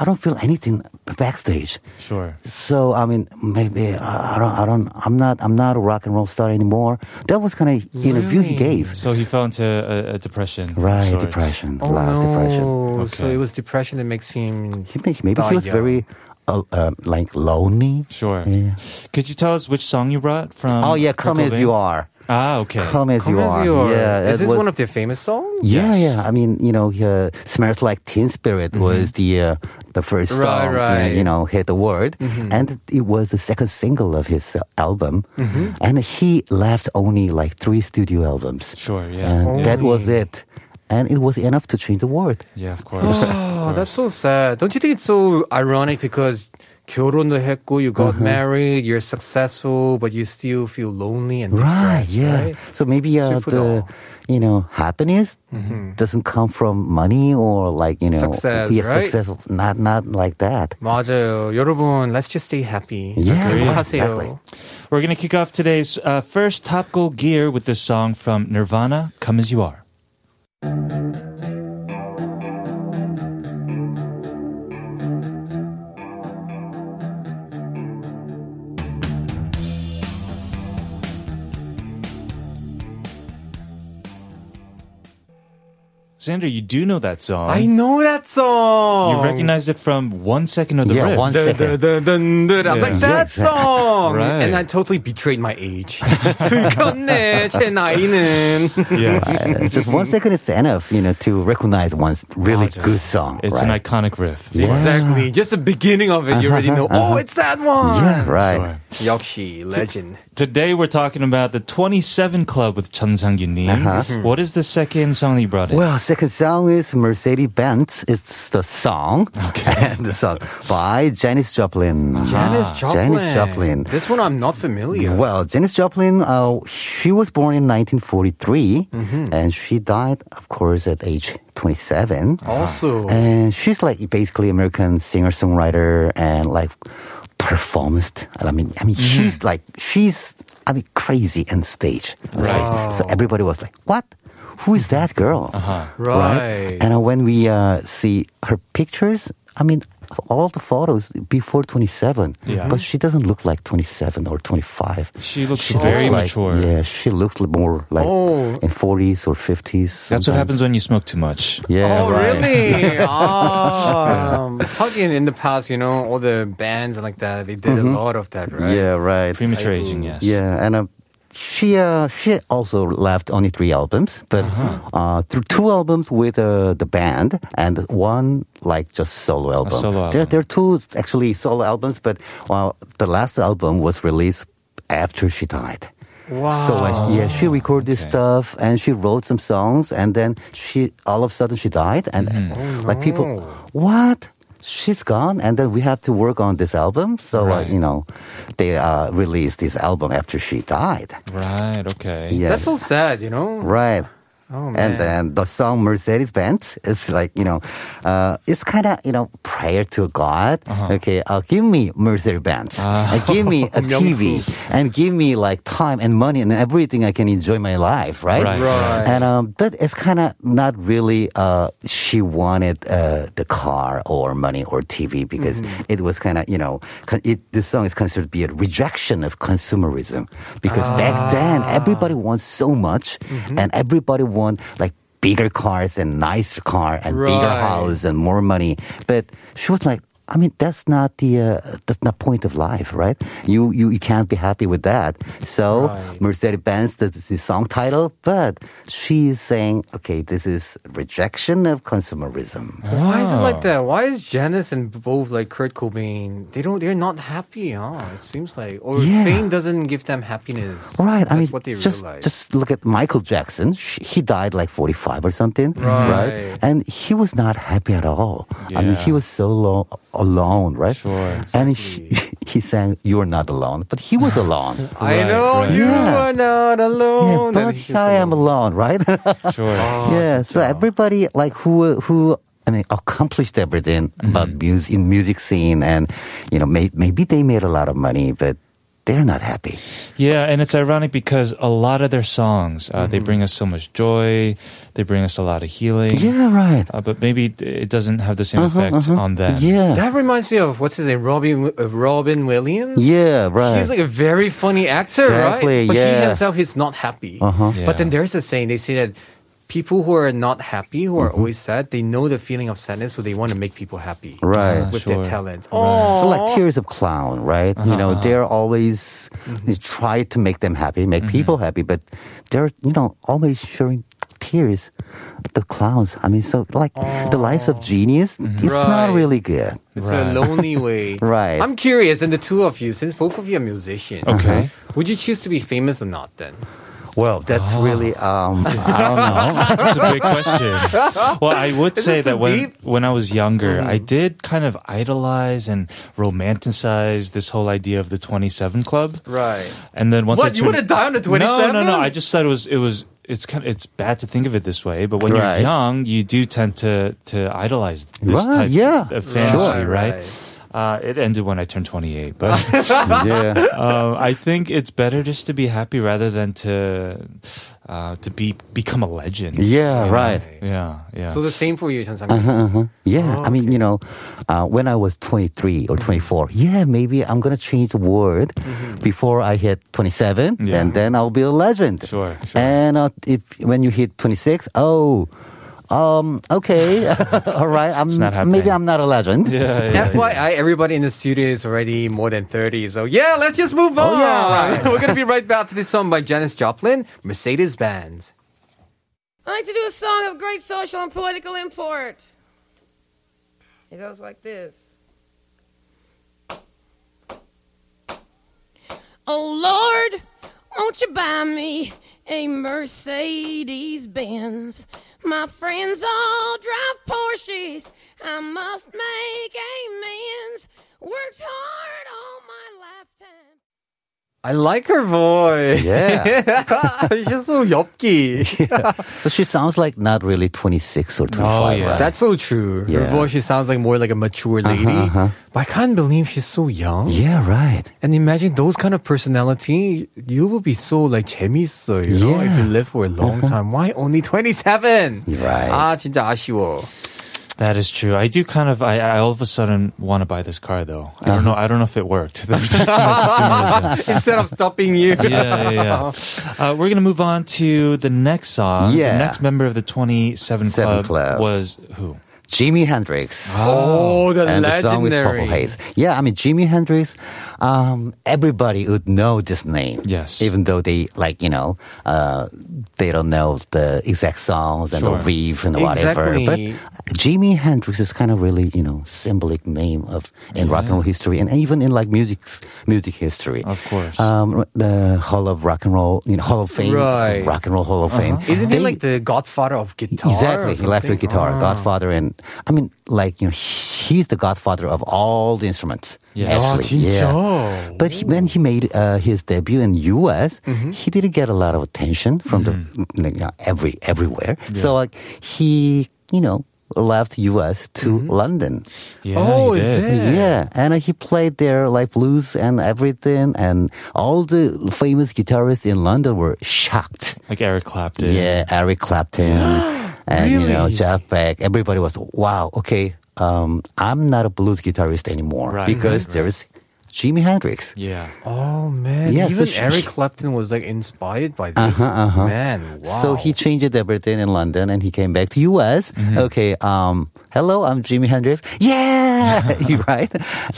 Speaker 6: I don't feel anything backstage
Speaker 2: Sure.
Speaker 6: so I mean, maybe I I don't, I don't, I'm not, I'm not a rock and roll star anymore. That was kind of interview he gave.
Speaker 2: So he fell into a, a depression. of
Speaker 6: Right,
Speaker 2: sorts.
Speaker 6: depression,
Speaker 1: oh
Speaker 6: last
Speaker 1: no.
Speaker 6: depression.
Speaker 1: So
Speaker 2: Okay.
Speaker 1: it was depression that makes him.
Speaker 6: He may, maybe
Speaker 1: Die
Speaker 6: he was
Speaker 1: young.
Speaker 6: very uh, um, like lonely.
Speaker 2: Sure.
Speaker 6: Yeah.
Speaker 2: Could you tell us which song you brought from?
Speaker 6: oh yeah,
Speaker 2: Kurt
Speaker 6: come as
Speaker 2: Cobain?
Speaker 6: you are.
Speaker 2: Ah, okay.
Speaker 6: Come as
Speaker 1: Come
Speaker 6: you
Speaker 1: as
Speaker 6: are.
Speaker 1: you are.
Speaker 6: Yeah,
Speaker 1: Is
Speaker 6: that
Speaker 1: this
Speaker 6: was-
Speaker 1: one of their famous songs?
Speaker 6: Yeah,
Speaker 2: Yes.
Speaker 6: yeah. I mean, you know, uh, "Smells Like Teen Spirit" was the uh, the first
Speaker 1: Mm-hmm. Right,
Speaker 6: song,
Speaker 1: right. Mm-hmm.
Speaker 6: uh, you know, hit the world, and it was the second single of his uh, album.
Speaker 1: Mm-hmm.
Speaker 6: And he left only like three studio albums.
Speaker 2: Sure. Yeah.
Speaker 6: and that was it. And it was enough to change the world.
Speaker 2: Yeah, of course.
Speaker 1: Oh, that's so sad. Don't you think it's so ironic because 결혼도 했고 you got
Speaker 6: Uh-huh.
Speaker 1: married, you're successful, but you still feel lonely and
Speaker 6: Right,
Speaker 1: depressed,
Speaker 6: yeah.
Speaker 1: right?
Speaker 6: So maybe uh,
Speaker 1: Superdo.
Speaker 6: the you know happiness doesn't come from money or like you know
Speaker 1: Mm-hmm. Success,
Speaker 6: yeah,
Speaker 1: right?
Speaker 6: success, not not like that.
Speaker 1: 맞아요. 여러분, let's just stay happy.
Speaker 6: Yeah,
Speaker 1: 그렇게 하세요.
Speaker 6: exactly.
Speaker 2: We're going to kick off today's uh, first Top Goal Gear with this song from Nirvana, Come As You Are. Sandra, you do know that song.
Speaker 1: I know that song.
Speaker 2: You recognize it from one second of the
Speaker 6: Yeah,
Speaker 2: riff.
Speaker 6: one
Speaker 1: Dun, dun,
Speaker 6: second.
Speaker 1: dun, dun, dun. I'm like
Speaker 6: Yeah.
Speaker 1: that song,
Speaker 2: Right.
Speaker 1: and I totally betrayed my age. 들켰네, 제 나이는.
Speaker 2: Yes.
Speaker 6: Uh, just one second is enough, you know, to recognize one's really good song.
Speaker 2: It's an
Speaker 6: right?
Speaker 2: iconic riff.
Speaker 1: Exactly. Just the beginning of it, you already know. Oh, it's that one.
Speaker 6: Uh-huh. yeah, right.
Speaker 2: Sure.
Speaker 1: 역시 legend.
Speaker 2: Today we're talking about the 27 Club with Chun Sang
Speaker 1: Mm-hmm.
Speaker 2: Nim. What is the second song that you brought in?
Speaker 6: Uh-huh. Well, second song is Mercedes Benz. It's the song and the song by Janis Joplin.
Speaker 2: Ah.
Speaker 1: Janis Joplin.
Speaker 6: Janis Ah, Joplin.
Speaker 1: This one I'm not familiar.
Speaker 6: Well, Janis Joplin, uh, she was born in 1943,
Speaker 2: Mm-hmm.
Speaker 6: and she died, of course, at age 27.
Speaker 1: also,
Speaker 6: And she's like basically American singer songwriter and like performist. I mean, I mean,
Speaker 2: Mm-hmm.
Speaker 6: she's like she's I mean crazy on stage. on stage. So everybody was like, "What? Who is that
Speaker 2: Mm-hmm.
Speaker 6: girl?"
Speaker 2: Uh-huh.
Speaker 1: right.
Speaker 6: And uh, when we uh, see her pictures, I mean, all the photos before 27,
Speaker 2: Yeah.
Speaker 6: but she doesn't look like 27 or 25.
Speaker 2: She looks very
Speaker 6: like,
Speaker 2: mature.
Speaker 6: Yeah, she looks li- more like
Speaker 1: Oh.
Speaker 6: in 40s or 50s.
Speaker 2: That's what happens when you smoke too much.
Speaker 6: Yeah.
Speaker 1: oh,
Speaker 6: right.
Speaker 1: really? um, probably in, in the past, you know, all the bands and like that, they did a lot of that, right?
Speaker 6: Mm-hmm. Yeah, right.
Speaker 2: Premature aging, yes.
Speaker 6: Yeah, and uh, she uh, she also left only three albums, but
Speaker 2: Uh-huh.
Speaker 6: uh through two albums with uh, the band and one like just solo album.
Speaker 2: solo
Speaker 6: There,
Speaker 2: album.
Speaker 6: there are two actually solo albums, but uh, the last album was released after she died.
Speaker 1: Wow.
Speaker 6: So uh, yeah, she recorded
Speaker 2: Oh, okay.
Speaker 6: stuff and she wrote some songs, and then she all of a sudden she died, and
Speaker 2: Mm-hmm.
Speaker 6: like people, what? She's gone, and then we have to work on this album. So
Speaker 2: Right.
Speaker 6: uh, you know, they uh, released this album after she died.
Speaker 2: Right, okay.
Speaker 6: Yeah,
Speaker 1: That's so sad, you know?
Speaker 6: right.
Speaker 1: Oh, man.
Speaker 6: And then the song Mercedes Benz is like, you know, uh, it's kind of, you know, prayer to God.
Speaker 1: Uh-huh.
Speaker 6: Okay, uh, give me Mercedes Benz. Uh, give me a TV. and give me like time and money and everything I can enjoy my life, right?
Speaker 2: Right.
Speaker 1: Right.
Speaker 6: And um, that is kind of not really, uh, she wanted uh, the car or money or TV because
Speaker 1: Mm-hmm.
Speaker 6: it was kind of, you know, con- it, this song is considered to be a rejection of
Speaker 1: Ah. Mm-hmm.
Speaker 6: consumerism because back then everybody wants so much and everybody want like bigger cars and nicer car and bigger
Speaker 1: Right.
Speaker 6: house and more money. But she was like, I mean, that's not the uh, that's not point of life, right? You you, you can't be happy with that. So Mercedes Benz, this is the song title, but she is saying, okay, this is rejection of consumerism.
Speaker 1: Why is it like that? Why is Janice and both like Kurt Cobain? They don't. They're not happy. Huh? It seems like, or
Speaker 6: Yeah.
Speaker 1: fame doesn't give them happiness.
Speaker 6: Right.
Speaker 1: That's
Speaker 6: I mean,
Speaker 1: what they
Speaker 6: just
Speaker 1: realize.
Speaker 6: just look at Michael Jackson. Sh- He died like 45 or something, right?
Speaker 1: Right.
Speaker 6: And he was not happy at all. I mean, he was so lo- alone, right?
Speaker 2: Sure,
Speaker 6: And he, he sang, "You are not alone," but he was alone.
Speaker 1: I
Speaker 2: Right,
Speaker 1: know
Speaker 2: right.
Speaker 1: you
Speaker 6: Yeah.
Speaker 1: are not
Speaker 6: yeah,
Speaker 1: alone.
Speaker 6: but
Speaker 1: And he's
Speaker 6: here I am alone, right?
Speaker 2: Sure.
Speaker 6: yeah. So everybody, like who who. I mean, accomplished everything about music in music scene, and you know, may, maybe they made a lot of money, but they're not happy.
Speaker 2: Yeah, and it's ironic because a lot of their songs,
Speaker 1: Mm-hmm.
Speaker 2: uh, they bring us so much joy, they bring us a lot of healing.
Speaker 6: Yeah, right.
Speaker 2: Uh, but maybe it- it doesn't have the same effect on them.
Speaker 6: Yeah,
Speaker 1: That reminds me of what's his name, Robin uh, Robin Williams.
Speaker 6: yeah, right.
Speaker 1: He's like a very funny actor, right?
Speaker 6: Exactly,
Speaker 1: But he
Speaker 6: yeah.
Speaker 1: himself is not happy.
Speaker 6: Uh-huh.
Speaker 2: Yeah.
Speaker 1: But then there's a saying they say that people who are not happy, who are
Speaker 6: Mm-hmm.
Speaker 1: always sad, they know the feeling of sadness, so they want to make people happy
Speaker 6: Right.
Speaker 1: with
Speaker 2: Sure.
Speaker 1: their talent. Oh,
Speaker 6: So like tears of clown, right? You know, they're always they try to make them happy, make people happy, but they're you know always sharing tears. The clowns. I mean, so like the lives of genius,
Speaker 1: Right.
Speaker 6: it's not really good.
Speaker 1: it's a lonely way.
Speaker 6: Right.
Speaker 1: I'm curious, and the two of you, since both of you are musicians,
Speaker 2: Okay.
Speaker 6: Uh-huh.
Speaker 1: would you choose to be famous or not then?
Speaker 6: Well, that's
Speaker 2: Oh.
Speaker 6: really um, I don't know.
Speaker 2: That's a big question. Well, I would say
Speaker 1: this so
Speaker 2: that when
Speaker 1: deep? Mm-hmm.
Speaker 2: when I was younger, I did kind of idolize and romanticize this whole idea of the 27 club.
Speaker 1: Right.
Speaker 2: And then once I
Speaker 1: What? You
Speaker 2: turned-
Speaker 1: would've died on the
Speaker 2: No, no,
Speaker 1: 27?
Speaker 2: no. I just thought it was it was it's kind of, it's bad to think of it this way, but when
Speaker 6: Right.
Speaker 2: you're young, you do tend to to idolize this type
Speaker 6: Right, yeah.
Speaker 2: of
Speaker 1: Sure.
Speaker 2: fantasy, right?
Speaker 1: Right,
Speaker 2: Uh, it ended when I turned 28, but
Speaker 6: yeah.
Speaker 2: um, I think it's better just to be happy rather than to uh, to be become a legend.
Speaker 6: Yeah, right.
Speaker 2: Yeah, yeah.
Speaker 1: So the same for you, Chan
Speaker 6: Uh-huh. Yeah, I mean, you know, uh, when I was 23
Speaker 2: Mm-hmm.
Speaker 6: or 24, yeah, maybe I'm going to change the word before I hit 27,
Speaker 2: Yeah.
Speaker 6: and then I'll be a legend.
Speaker 2: Sure, sure.
Speaker 6: And uh, if when you hit 26, oh, um, okay, all right, I'm
Speaker 2: not
Speaker 6: maybe
Speaker 2: happening.
Speaker 6: I'm not a legend.
Speaker 2: yeah, yeah.
Speaker 1: FYI, everybody in the studio is already more than 30. So, yeah, let's just move on.
Speaker 6: Oh, yeah, right.
Speaker 1: We're going to be right back to this song by Janis Joplin, Mercedes Benz.
Speaker 7: I like to do a song of great social and political import. It goes like this. Oh Lord, won't you buy me a Mercedes Benz? My friends all drive Porsches. I must make amends. Worked hard all my lifetime.
Speaker 1: I like her voice.
Speaker 6: Yeah.
Speaker 1: She's so 엽기.
Speaker 6: But she sounds like not really 26 or 25.
Speaker 2: Oh, yeah.
Speaker 6: right?
Speaker 1: That's so true. Her
Speaker 6: Yeah. Uh-huh,
Speaker 1: voice, she sounds like more like a mature lady. But I can't believe she's so young.
Speaker 6: yeah, right.
Speaker 1: And imagine those kind of personality, you will be so like 재밌어, you know, if
Speaker 6: Yeah. Uh-huh.
Speaker 1: you live for a long time. Why only Ah, 27?
Speaker 6: Right.
Speaker 1: 아, 진짜 아쉬워.
Speaker 2: That is true. I do kind of. I, I all of a sudden want to buy this car, though. I
Speaker 6: Uh-huh.
Speaker 2: don't know. I don't know if it worked. The rejection of consumerism.
Speaker 1: Instead of stopping you.
Speaker 2: Yeah, yeah, yeah. Uh, we're gonna move on to the next song. The
Speaker 6: Yeah.
Speaker 2: next member of the Twenty Seven
Speaker 6: Seven
Speaker 2: Club,
Speaker 6: Club.
Speaker 2: was who?
Speaker 6: Jimi Hendrix.
Speaker 1: Oh, the
Speaker 6: and
Speaker 1: legendary.
Speaker 6: the song with Purple Haze. Yeah, I mean Jimi Hendrix. Um, everybody would know this name.
Speaker 2: Yes.
Speaker 6: even though they like you know uh, they don't know the exact songs and
Speaker 2: Sure.
Speaker 6: the riff and whatever.
Speaker 1: Exactly.
Speaker 6: But Jimi Hendrix is kind of really you know symbolic name of in rock and roll history and even in like music music history.
Speaker 2: Of course.
Speaker 6: um, the Hall of Rock and Roll, you know, Hall of Fame,
Speaker 1: Right. Uh-huh.
Speaker 6: Rock and Roll Hall of Fame.
Speaker 1: Isn't he
Speaker 6: They-
Speaker 1: like the godfather of guitar? or
Speaker 6: Exactly, electric
Speaker 1: something? Oh, Ah.
Speaker 6: guitar, Godfather, and I mean, like you know, he's the Godfather of all the instruments.
Speaker 2: Yeah.
Speaker 1: Oh,
Speaker 6: actually, yeah. But he, when he made uh, his debut in U.S.,
Speaker 1: Mm-hmm.
Speaker 6: he didn't get a lot of attention from the like, uh, every everywhere. So like he, you know, left U.S. to
Speaker 1: Mm-hmm.
Speaker 6: London.
Speaker 2: Yeah,
Speaker 1: Oh,
Speaker 2: he
Speaker 1: is
Speaker 2: did.
Speaker 1: it?
Speaker 6: Yeah. and uh, he played there like blues and everything, and all the famous guitarists in London were shocked.
Speaker 2: Like Eric Clapton.
Speaker 6: Yeah, Eric Clapton and you know
Speaker 1: Really?
Speaker 6: Jeff Beck. Everybody was wow. Okay, um, I'm not a blues guitarist anymore
Speaker 2: Right.
Speaker 6: because there's Jimi Hendrix.
Speaker 1: Yeah. Oh man.
Speaker 6: Yeah, so
Speaker 1: Even
Speaker 6: she-
Speaker 1: Eric Clapton was like inspired by this. Man, wow. Mm-hmm.
Speaker 6: So he changed everything in London and he came back to US. Okay, um, hello, I'm Jimi Hendrix. Yeah, you right.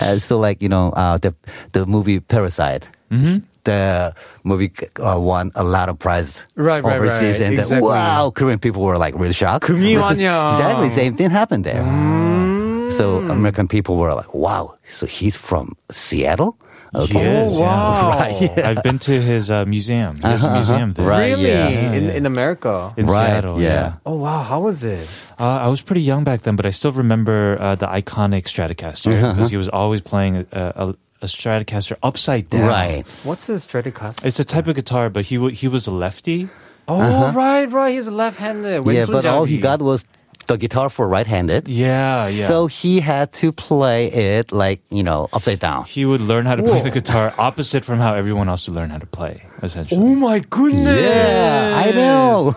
Speaker 6: Uh, so like you know uh, the the movie Parasite.
Speaker 1: Mm-hmm.
Speaker 6: The movie uh, won a lot of prizes
Speaker 1: Right, right,
Speaker 6: overseas,
Speaker 1: right.
Speaker 6: and the-
Speaker 1: Exactly.
Speaker 6: wow, Korean people were like really shocked.
Speaker 1: 금이완요.
Speaker 6: Because Exactly, same thing happened there.
Speaker 1: Mm.
Speaker 6: So American people were like, "Wow, so he's from Seattle."
Speaker 2: Yes,
Speaker 1: Oh,
Speaker 2: yeah.
Speaker 1: wow.
Speaker 6: Right, yeah. Uh-huh,
Speaker 2: I've been to his uh, museum. He has a museum there.
Speaker 6: Right,
Speaker 1: really
Speaker 6: yeah.
Speaker 1: in
Speaker 2: Yeah, yeah.
Speaker 1: in America.
Speaker 2: In
Speaker 6: Right,
Speaker 2: Seattle, yeah.
Speaker 6: yeah.
Speaker 1: Oh wow, how was it?
Speaker 2: Uh, I was pretty young back then, but I still remember uh, the iconic Stratocaster
Speaker 6: Uh-huh,
Speaker 2: because he was always playing uh, a, a, a Stratocaster upside down.
Speaker 6: Right.
Speaker 1: What's his Stratocaster?
Speaker 2: It's a type of guitar, but he w- he was a lefty.
Speaker 1: Oh right, right. He's left-handed.
Speaker 6: Uh-huh. yeah, but all
Speaker 1: 왼손잡이.
Speaker 6: he got was the guitar for right-handed.
Speaker 2: Yeah, yeah.
Speaker 6: So he had to play it like, you know, upside down.
Speaker 2: he would learn how to play the guitar opposite from how everyone else would learn how to play,
Speaker 1: Oh
Speaker 2: essentially.
Speaker 1: my goodness.
Speaker 6: Yeah, I know.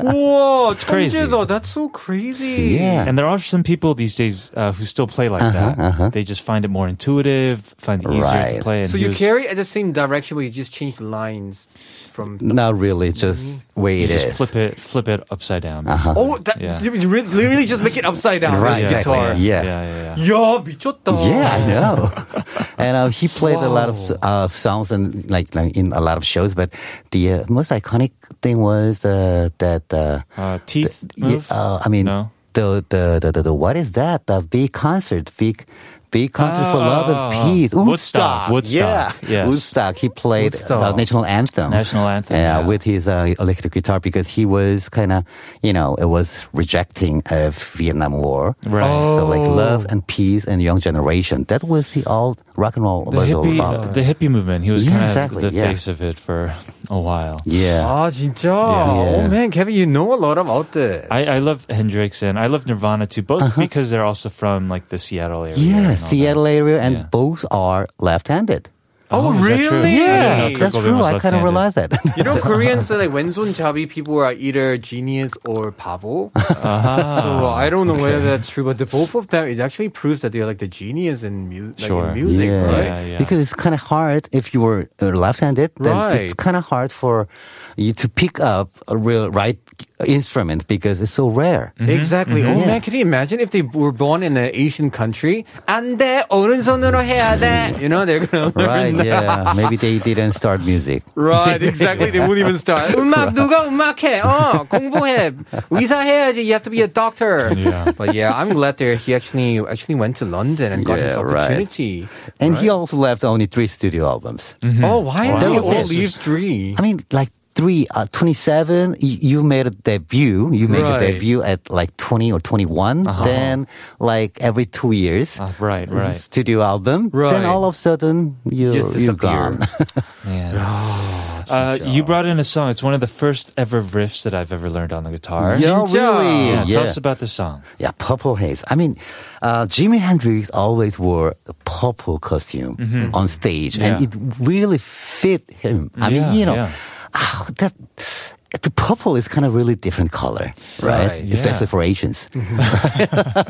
Speaker 1: Whoa, it's
Speaker 2: crazy.
Speaker 1: That's so crazy.
Speaker 6: Yeah.
Speaker 2: And there are some people these days uh, who still play like that. They just find it more intuitive, find it easier to
Speaker 6: Uh-huh, Right.
Speaker 2: play. And
Speaker 1: So
Speaker 2: he
Speaker 1: you
Speaker 2: was-
Speaker 1: carry at the same direction, but you just change the lines from.
Speaker 6: Not really, just way
Speaker 2: you
Speaker 6: it is. Uh-huh.
Speaker 2: just flip it, flip it upside down. basically.
Speaker 1: Oh, that
Speaker 2: Yeah.
Speaker 1: you re- literally just make it upside down.
Speaker 6: Right,
Speaker 1: with the
Speaker 6: exactly.
Speaker 1: guitar.
Speaker 6: Yeah.
Speaker 2: yeah, yeah. yeah.
Speaker 1: Yeah, 미쳤다.
Speaker 6: Yeah, I know. and uh, he played a lot of uh, songs and like, like in a lot of shows. But the uh, most iconic thing was uh, that uh,
Speaker 2: Uh, teeth move.
Speaker 6: uh, I mean,
Speaker 2: No.
Speaker 6: the, the, the the the what is that? The big concert, big big concert for
Speaker 2: Oh,
Speaker 6: love
Speaker 2: oh,
Speaker 6: and peace.
Speaker 2: oh. Woodstock,
Speaker 6: yeah,
Speaker 2: Woodstock, yes.
Speaker 6: Woodstock. He played the
Speaker 1: Woodstock.
Speaker 6: national anthem.
Speaker 2: National anthem,
Speaker 6: Yeah,
Speaker 2: yeah.
Speaker 6: with his uh, electric guitar because he was kind of you know it was rejecting of Vietnam War.
Speaker 2: Right. Oh.
Speaker 6: So like love and peace and young generation. That was the old rock and roll
Speaker 2: the
Speaker 6: was all
Speaker 2: hippie, uh,
Speaker 6: about.
Speaker 2: the hippie movement. He was
Speaker 6: Yeah,
Speaker 2: kind of
Speaker 6: exactly,
Speaker 2: the
Speaker 6: yeah.
Speaker 2: face of it for a while.
Speaker 6: yeah.
Speaker 1: 아 진짜.
Speaker 2: Yeah.
Speaker 1: Oh man, Kevin, you know a lot about this.
Speaker 2: I, I love Hendrix and I love Nirvana too, both because they're also from like the Seattle area.
Speaker 6: Uh-huh. Yeah,
Speaker 2: and all
Speaker 6: Seattle area, and
Speaker 2: Yeah.
Speaker 6: both are left-handed.
Speaker 2: that.
Speaker 1: Oh,
Speaker 2: Oh, is that true?
Speaker 1: really? Yeah,
Speaker 2: I didn't know
Speaker 6: that's
Speaker 2: Kurt Cobain
Speaker 6: true.
Speaker 2: was
Speaker 6: I kind
Speaker 2: left-handed.
Speaker 6: of realized that.
Speaker 1: You know, Koreans say like 왼손잡이 people are either genius or 바보. So I don't know whether that's true, but the both of them it actually proves that they're like the genius in, mu- like,
Speaker 2: Sure.
Speaker 1: in music,
Speaker 6: Yeah.
Speaker 1: right?
Speaker 2: Yeah, yeah.
Speaker 6: Because it's kind of hard if you were uh, left-handed. Then
Speaker 1: Right.
Speaker 6: It's kind of hard for you to pick up a real right instrument because it's so rare.
Speaker 1: Exactly.
Speaker 6: Mm-hmm.
Speaker 1: Oh man, can you imagine if they were born in an Asian country? 안 돼, 오른손으로 해야 돼. You know, they're gonna learn
Speaker 6: Right?
Speaker 1: that.
Speaker 6: Yeah. Maybe they didn't start music.
Speaker 1: Right, exactly. They wouldn't even start. 음악 누가 음악해? 어, 공부해. 의사 해야지. You have to be a doctor.
Speaker 2: Yeah.
Speaker 1: But yeah, I'm glad that he actually actually went to London and got his
Speaker 6: Yeah, right.
Speaker 1: opportunity.
Speaker 6: And he also left only three studio albums.
Speaker 1: Oh, why
Speaker 6: Wow.
Speaker 1: did he
Speaker 6: That was
Speaker 1: all
Speaker 6: it.
Speaker 1: leave three?
Speaker 6: I mean, like three, uh, 27, you, you made a debut. You make
Speaker 1: Right. Uh-huh.
Speaker 6: a debut at like 20 or 21. Then, like, every two years.
Speaker 2: Ah, right, right.
Speaker 6: Studio album,
Speaker 1: Right.
Speaker 6: then all of a sudden you
Speaker 1: Just
Speaker 6: you're
Speaker 1: disappear.
Speaker 6: gone. Oh,
Speaker 2: Man. uh, you brought in a song. It's one of the first ever riffs that I've ever learned on the guitar.
Speaker 6: yeah,
Speaker 1: Jinja.
Speaker 6: really.
Speaker 2: Yeah,
Speaker 6: Yeah.
Speaker 2: Tell us about the song.
Speaker 6: Yeah, purple haze. I mean, uh, Jimi Hendrix always wore a purple costume on stage, and
Speaker 2: Mm-hmm. Yeah.
Speaker 6: it really fit him. I
Speaker 2: Yeah,
Speaker 6: mean, you know,
Speaker 2: yeah.
Speaker 6: ah, that the purple is kind of really different color, right?
Speaker 1: Right,
Speaker 6: Especially for Asians.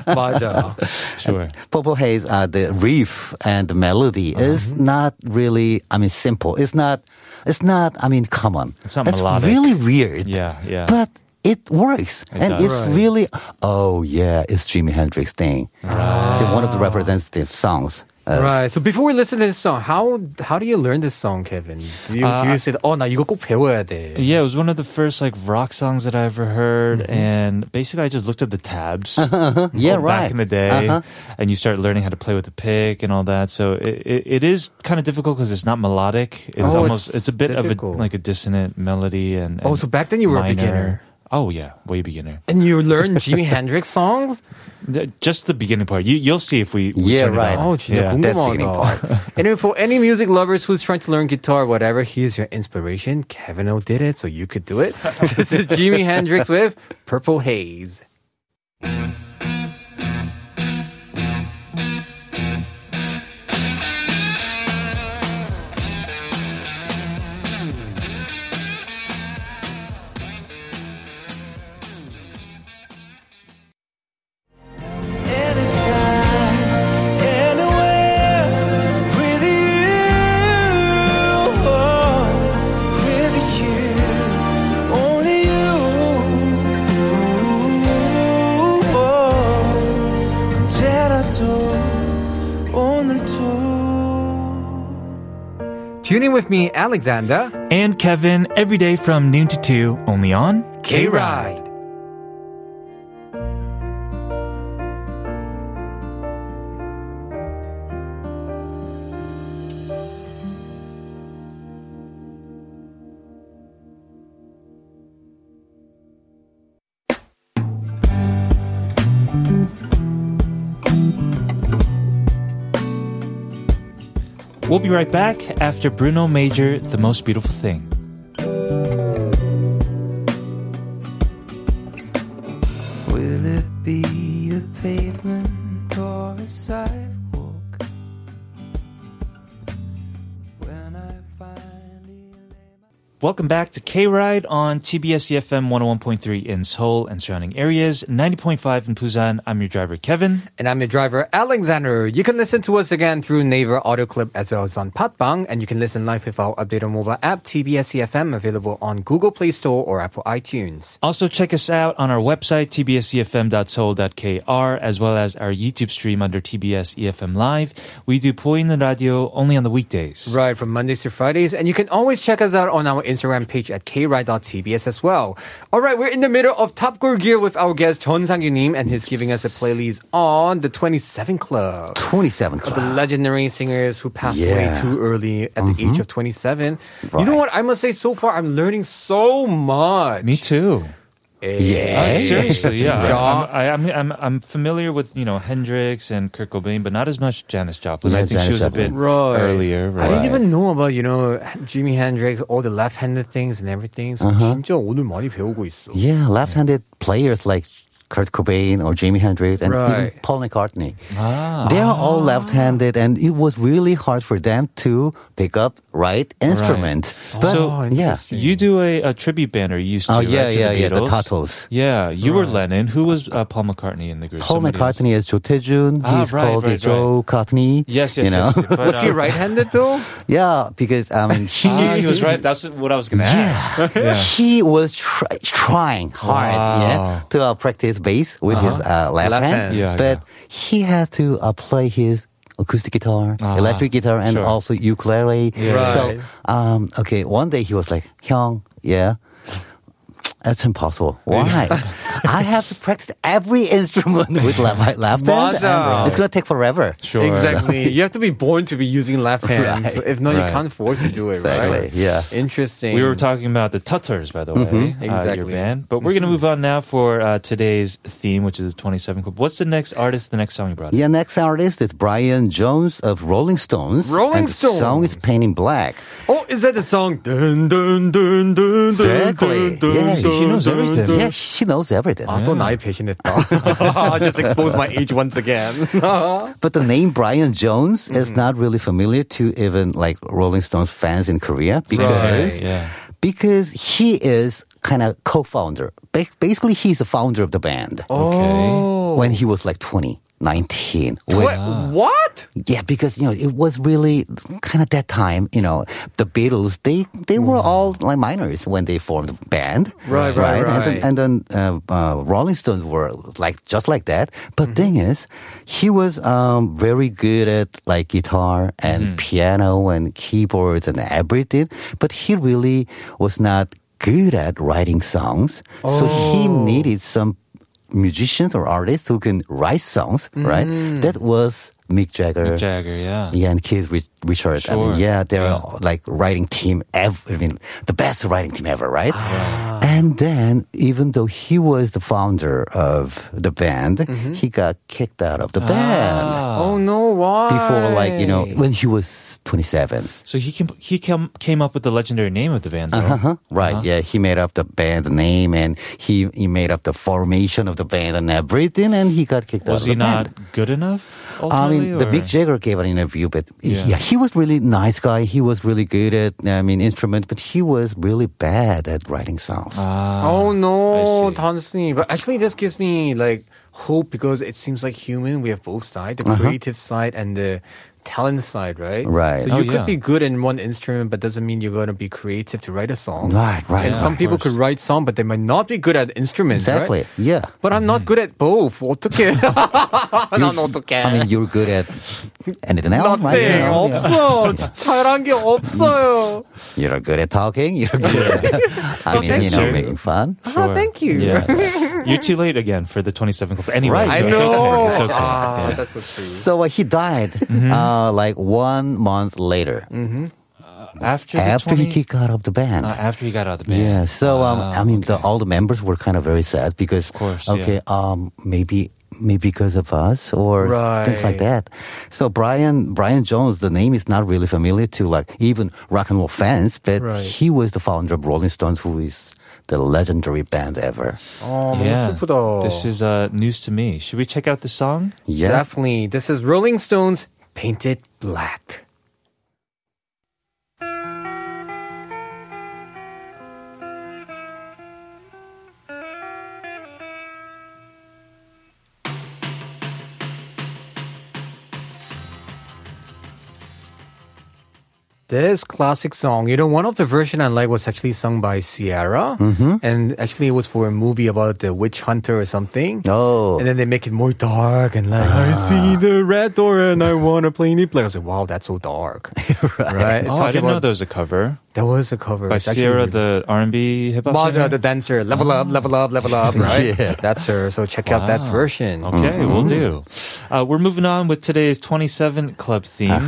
Speaker 1: 맞아.
Speaker 2: Sure.
Speaker 6: Purple haze, uh, the riff and the melody is
Speaker 2: Mm-hmm.
Speaker 6: not really. I mean, simple. It's not. It's not. I mean, common.
Speaker 2: It's not
Speaker 6: That's
Speaker 2: melodic.
Speaker 6: really weird.
Speaker 2: Yeah, yeah.
Speaker 6: But. It works, and
Speaker 2: does.
Speaker 6: it's really oh yeah, it's Jimi Hendrix thing. It's one of the representative songs. Uh, of-
Speaker 1: Right. So before we listen to this song, how how do you learn this song, Kevin? Do you, do you say, "Oh, 나 이거 꼭 배워야 돼"?
Speaker 2: Yeah, it was one of the first like rock songs that I ever heard,
Speaker 6: Mm-hmm.
Speaker 2: and basically I just looked up the tabs. Oh, back
Speaker 6: Yeah, right.
Speaker 2: in the day,
Speaker 1: Uh-huh.
Speaker 2: and you start learning how to play with the pick and all that. So it it, it is kind of difficult because it's not melodic. It's
Speaker 1: Oh,
Speaker 2: almost
Speaker 1: it's
Speaker 2: it's, a bit
Speaker 1: difficult.
Speaker 2: of a like a dissonant melody and,
Speaker 1: Oh,
Speaker 2: and
Speaker 1: so back then you were a
Speaker 2: minor.
Speaker 1: beginner.
Speaker 2: Oh yeah, way beginner.
Speaker 1: And you learn Jimi Hendrix songs?
Speaker 2: Th- Just the beginning part. You you'll see if we, we
Speaker 6: Yeah,
Speaker 2: turn it
Speaker 6: right.
Speaker 2: on.
Speaker 1: Oh, 진짜
Speaker 2: Yeah.
Speaker 6: That's the beginning
Speaker 1: 궁금하다. anyway, for any music lovers who's trying to learn guitar, whatever, here's your inspiration. Kevin O did it, so you could do it. this is Jimi Hendrix with Purple Haze.
Speaker 5: Anytime, anywhere, with
Speaker 1: Tune in with me, Alexander.
Speaker 2: And Kevin, every day from noon to 2, only on
Speaker 1: K Ride.
Speaker 2: We'll be right back after Bruno Major, The Most Beautiful Thing.
Speaker 5: Will it be a pavement or a sidewalk? When I finally
Speaker 2: Welcome back to K Ride on TBS EFM 101.3 in Seoul and surrounding areas, 90.5 in Busan. I'm your driver, Kevin.
Speaker 1: And I'm your driver, Alexander. You can listen to us again through Naver Audio Clip as well as on Patbang. And you can listen live with our updated mobile app, TBS EFM, E available on Google Play Store or Apple iTunes.
Speaker 2: Also, check us out on our website, tbsefm.soul.kr, as well as our YouTube stream under TBS EFM E Live. We do Poin Radio only on the weekdays.
Speaker 1: Right, from Mondays to Fridays. And you can always check us out on our Instagram page at kride.tbs as well. All right, we're in the middle of Top Gear Gear with our guest, Chon sang Nim, and he's giving us a playlist on the 27 Club.
Speaker 6: 27
Speaker 1: of the
Speaker 6: Club.
Speaker 1: legendary singers who passed away
Speaker 6: Yeah.
Speaker 1: too early at the age of 27. You know
Speaker 6: Right.
Speaker 1: what? I must say, so far, I'm learning so much. Eh,
Speaker 2: Me too.
Speaker 1: Yeah.
Speaker 2: Uh, seriously, yeah.
Speaker 1: Jaw.
Speaker 2: I'm, I- I'm, I'm, I'm familiar with, you know, Hendrix and Kurt Cobain, but not as much Janis Joplin.
Speaker 6: Yeah,
Speaker 2: I think she was
Speaker 6: Janis
Speaker 2: a bit
Speaker 6: Joplin.
Speaker 1: Right.
Speaker 2: earlier.
Speaker 1: I didn't
Speaker 2: Right.
Speaker 1: even know about, you know, Jimi Hendrix, all the left-handed things and everything. So 진짜 오늘 많이 배우고 있어.
Speaker 6: Yeah, left-handed players like Kurt Cobain or Jimi Hendrix and even
Speaker 1: Right.
Speaker 6: Paul McCartney.
Speaker 2: Ah.
Speaker 6: They are all left-handed, and it was really hard for them to pick up right instrument. But
Speaker 2: Oh, So-
Speaker 6: yeah,
Speaker 2: You do a, a tribute band, or you used to.
Speaker 6: Oh,
Speaker 2: right,
Speaker 6: yeah,
Speaker 2: to
Speaker 6: yeah, yeah, the
Speaker 2: Beatles?
Speaker 6: Tattles.
Speaker 2: Yeah, you were Lennon. Who was uh, Paul McCartney in the group?
Speaker 6: Paul
Speaker 2: Somebody else.
Speaker 6: McCartney is Joe Tejun.
Speaker 2: Ah,
Speaker 6: He's
Speaker 2: right,
Speaker 6: called
Speaker 2: right,
Speaker 6: Joe Cottney.
Speaker 2: Yes, yes,
Speaker 6: you know?
Speaker 2: yes. yes. But,
Speaker 1: Was he
Speaker 2: um,
Speaker 1: right-handed though?
Speaker 6: yeah, because I mean, he,
Speaker 2: Ah, he was right. That's what I was going to ask.
Speaker 6: Yeah. He was try trying hard, yeah, to uh, practice bass with his uh, left,
Speaker 1: Left hand.
Speaker 6: hand,
Speaker 2: Uh-huh. Yeah,
Speaker 6: but he had to uh, play his acoustic guitar,
Speaker 2: Ah,
Speaker 6: electric guitar, and
Speaker 2: sure.
Speaker 6: also ukulele.
Speaker 1: Right.
Speaker 6: So, um, okay, one day he was like, "Hyung, yeah." That's impossible. Why? I have to practice every instrument with left, my left hand.
Speaker 1: Wow.
Speaker 6: And it's gonna take forever.
Speaker 2: Sure.
Speaker 1: Exactly. you have to be born to be using left hand. So if not, you
Speaker 2: Right.
Speaker 1: can't force to do it, right?
Speaker 6: Exactly, yeah.
Speaker 1: Interesting.
Speaker 2: We were talking about the Tutters, by the way,
Speaker 6: Mm-hmm.
Speaker 2: uh, your
Speaker 1: Exactly.
Speaker 2: band. But we're going to move on now for uh, today's theme, which is the 27 Club. What's the next artist, the next song you brought? up?
Speaker 6: Yeah, next artist is Brian Jones of Rolling Stones.
Speaker 1: Rolling
Speaker 6: and The song is
Speaker 1: Stones.
Speaker 6: Pain in Black.
Speaker 1: Oh, is that the song? Dun, dun, dun, dun, dun,
Speaker 6: Exactly.
Speaker 1: dun,
Speaker 6: Yeah,
Speaker 1: dun,
Speaker 6: he
Speaker 2: knows
Speaker 1: dun,
Speaker 2: everything.
Speaker 1: dun. Ah.
Speaker 6: Yeah, she knows everything.
Speaker 1: 아, 또 나이 배신했다. I just exposed my age once again.
Speaker 6: But the name Brian Jones is
Speaker 1: Mm-hmm.
Speaker 6: not really familiar to even like Rolling Stones fans in Korea because
Speaker 2: Right, yeah.
Speaker 6: because he is kind of co-founder. Ba- basically, he's the founder of the band
Speaker 1: Oh.
Speaker 2: Okay.
Speaker 6: when he was like 20, 19. when-
Speaker 1: Wait, what?
Speaker 6: Yeah, because you know it was really kind of that time. You know, the Beatles they they were all like minors when they formed the band,
Speaker 1: Mm. Right, right, right.
Speaker 6: And then, and then uh, uh, Rolling Stones were like just like that. But thing is, he was um, very good at like guitar and piano and keyboards and everything. But he really was not good at writing songs, so he needed some musicians or artists who can write songs, right? That was Mick Jagger.
Speaker 2: Mick Jagger, yeah.
Speaker 6: Yeah, and Keith Rich- Richards. I
Speaker 2: Sure.
Speaker 6: mean, yeah, they're
Speaker 2: Yeah.
Speaker 6: all, like writing team ever. I mean, the best writing team ever, right?
Speaker 2: Ah.
Speaker 6: And then, even though he was the founder of the band,
Speaker 2: Mm-hmm.
Speaker 6: he got kicked out of the band
Speaker 2: Ah.
Speaker 1: Oh no, why?
Speaker 6: before, like you know, when he was twenty-seven.
Speaker 2: So he came, he came, came up with the legendary name of the band, though.
Speaker 6: Huh? Right.
Speaker 2: Uh-huh.
Speaker 6: Yeah, he made up the band name and he he made up the formation of the band and everything, and he got kicked out
Speaker 2: Was
Speaker 6: of
Speaker 2: he
Speaker 6: the band.
Speaker 2: not good enough?
Speaker 6: I
Speaker 2: Ultimately,
Speaker 6: mean, the
Speaker 2: or-
Speaker 6: Mick Jagger gave an interview, but
Speaker 2: Yeah.
Speaker 6: yeah. he was really nice guy. He was really good at, I mean, instrument, but he was really bad at writing songs.
Speaker 1: oh no,
Speaker 2: Ah, I see.
Speaker 1: Tonsley. But actually, this gives me
Speaker 6: Uh-huh.
Speaker 1: like hope because it seems like human. We have both side, the creative side and the talent side, right?
Speaker 6: Right.
Speaker 1: So you
Speaker 2: Oh,
Speaker 1: could
Speaker 2: yeah.
Speaker 1: be good in one instrument, but doesn't mean you're going to be creative to write a song.
Speaker 6: Right, right,
Speaker 1: And
Speaker 6: right.
Speaker 1: some
Speaker 6: Of
Speaker 1: people could write song, but they might not be good at instruments.
Speaker 6: Exactly.
Speaker 1: Right?
Speaker 6: Yeah.
Speaker 1: But I'm
Speaker 2: Mm-hmm.
Speaker 1: not good at both. 어떻게? 난 어떻게?
Speaker 6: I mean, you're good at anything else, right?
Speaker 1: 네,
Speaker 6: You know, yeah.
Speaker 1: 없어. 잘한 게 없어요.
Speaker 6: You're good at talking. You're good at, I mean, you know,
Speaker 2: Dancer.
Speaker 6: making fun.
Speaker 1: Ah, thank you.
Speaker 2: Yeah. You're too late again for the 27 Club. Anyway,
Speaker 6: Right.
Speaker 2: so
Speaker 6: I
Speaker 2: it's
Speaker 1: know.
Speaker 2: okay. It's okay.
Speaker 1: Ah,
Speaker 2: Yeah.
Speaker 1: that's so true.
Speaker 6: So uh, he died uh, like one month later
Speaker 2: After, the
Speaker 6: after
Speaker 2: 20
Speaker 6: he kicked out of the band.
Speaker 2: uh, after he got out of the band.
Speaker 6: yeah. So um,
Speaker 2: Ah,
Speaker 6: I mean, the, all the members were kind of very sad because,
Speaker 2: course,
Speaker 6: okay, um, maybe maybe because of us or things like that. So Brian Brian Jones, the name is not really familiar to like even rock and roll fans, but
Speaker 1: Right.
Speaker 6: he was the founder of Rolling Stones, who is the legendary band ever.
Speaker 1: 어, 너무
Speaker 2: yeah.
Speaker 1: 슬프다.
Speaker 2: This is uh, news to me. Should we check out the song?
Speaker 6: Yeah.
Speaker 1: Definitely. This is Rolling Stones Painted Black. This classic song, you know, one of the version I like was actually sung by Ciara, and actually it was for a movie about the witch hunter or something.
Speaker 6: Oh.
Speaker 1: And then they make it more dark and like, I
Speaker 2: Ah.
Speaker 1: see the red door and I want to play Nippler. I was like, wow, that's so dark. right. It's talking
Speaker 2: oh, I didn't know
Speaker 1: about-
Speaker 2: there was a cover
Speaker 1: That was a cover.
Speaker 2: by
Speaker 1: It's actually
Speaker 2: Sierra,
Speaker 1: really-
Speaker 2: the R&B hip hop singer.
Speaker 1: Maja, the dancer. Level up, level up, level up, right?
Speaker 6: Yeah.
Speaker 1: That's her. So check out that
Speaker 2: Wow.
Speaker 1: version.
Speaker 2: Ah. Okay, we'll
Speaker 6: Mm-hmm.
Speaker 2: do. Uh, we're moving on with today's 27 Club theme.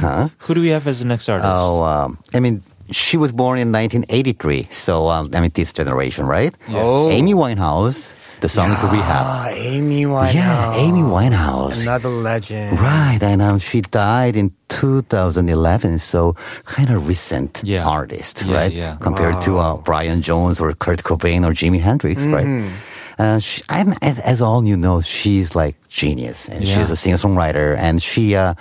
Speaker 2: Who do we have as the next artist?
Speaker 6: Uh-huh. Oh, um, I mean, she was born in 1983, so um, I mean, this generation, right?
Speaker 1: Oh.
Speaker 6: Amy Winehouse, the songs we have.
Speaker 1: Ah, Amy Winehouse.
Speaker 6: Yeah, Amy Winehouse.
Speaker 1: Another legend.
Speaker 6: Right, and um, she died in 2011, so kind of recent
Speaker 2: Yeah.
Speaker 6: artist,
Speaker 2: Yeah,
Speaker 6: right?
Speaker 2: yeah.
Speaker 6: Compared to uh, Brian Jones or Kurt Cobain or Jimi Hendrix,
Speaker 1: Mm-hmm.
Speaker 6: right? Uh, she, I'm, as, as all you know, she's like genius, and
Speaker 2: Yeah.
Speaker 6: she's a singer-songwriter, and she uh,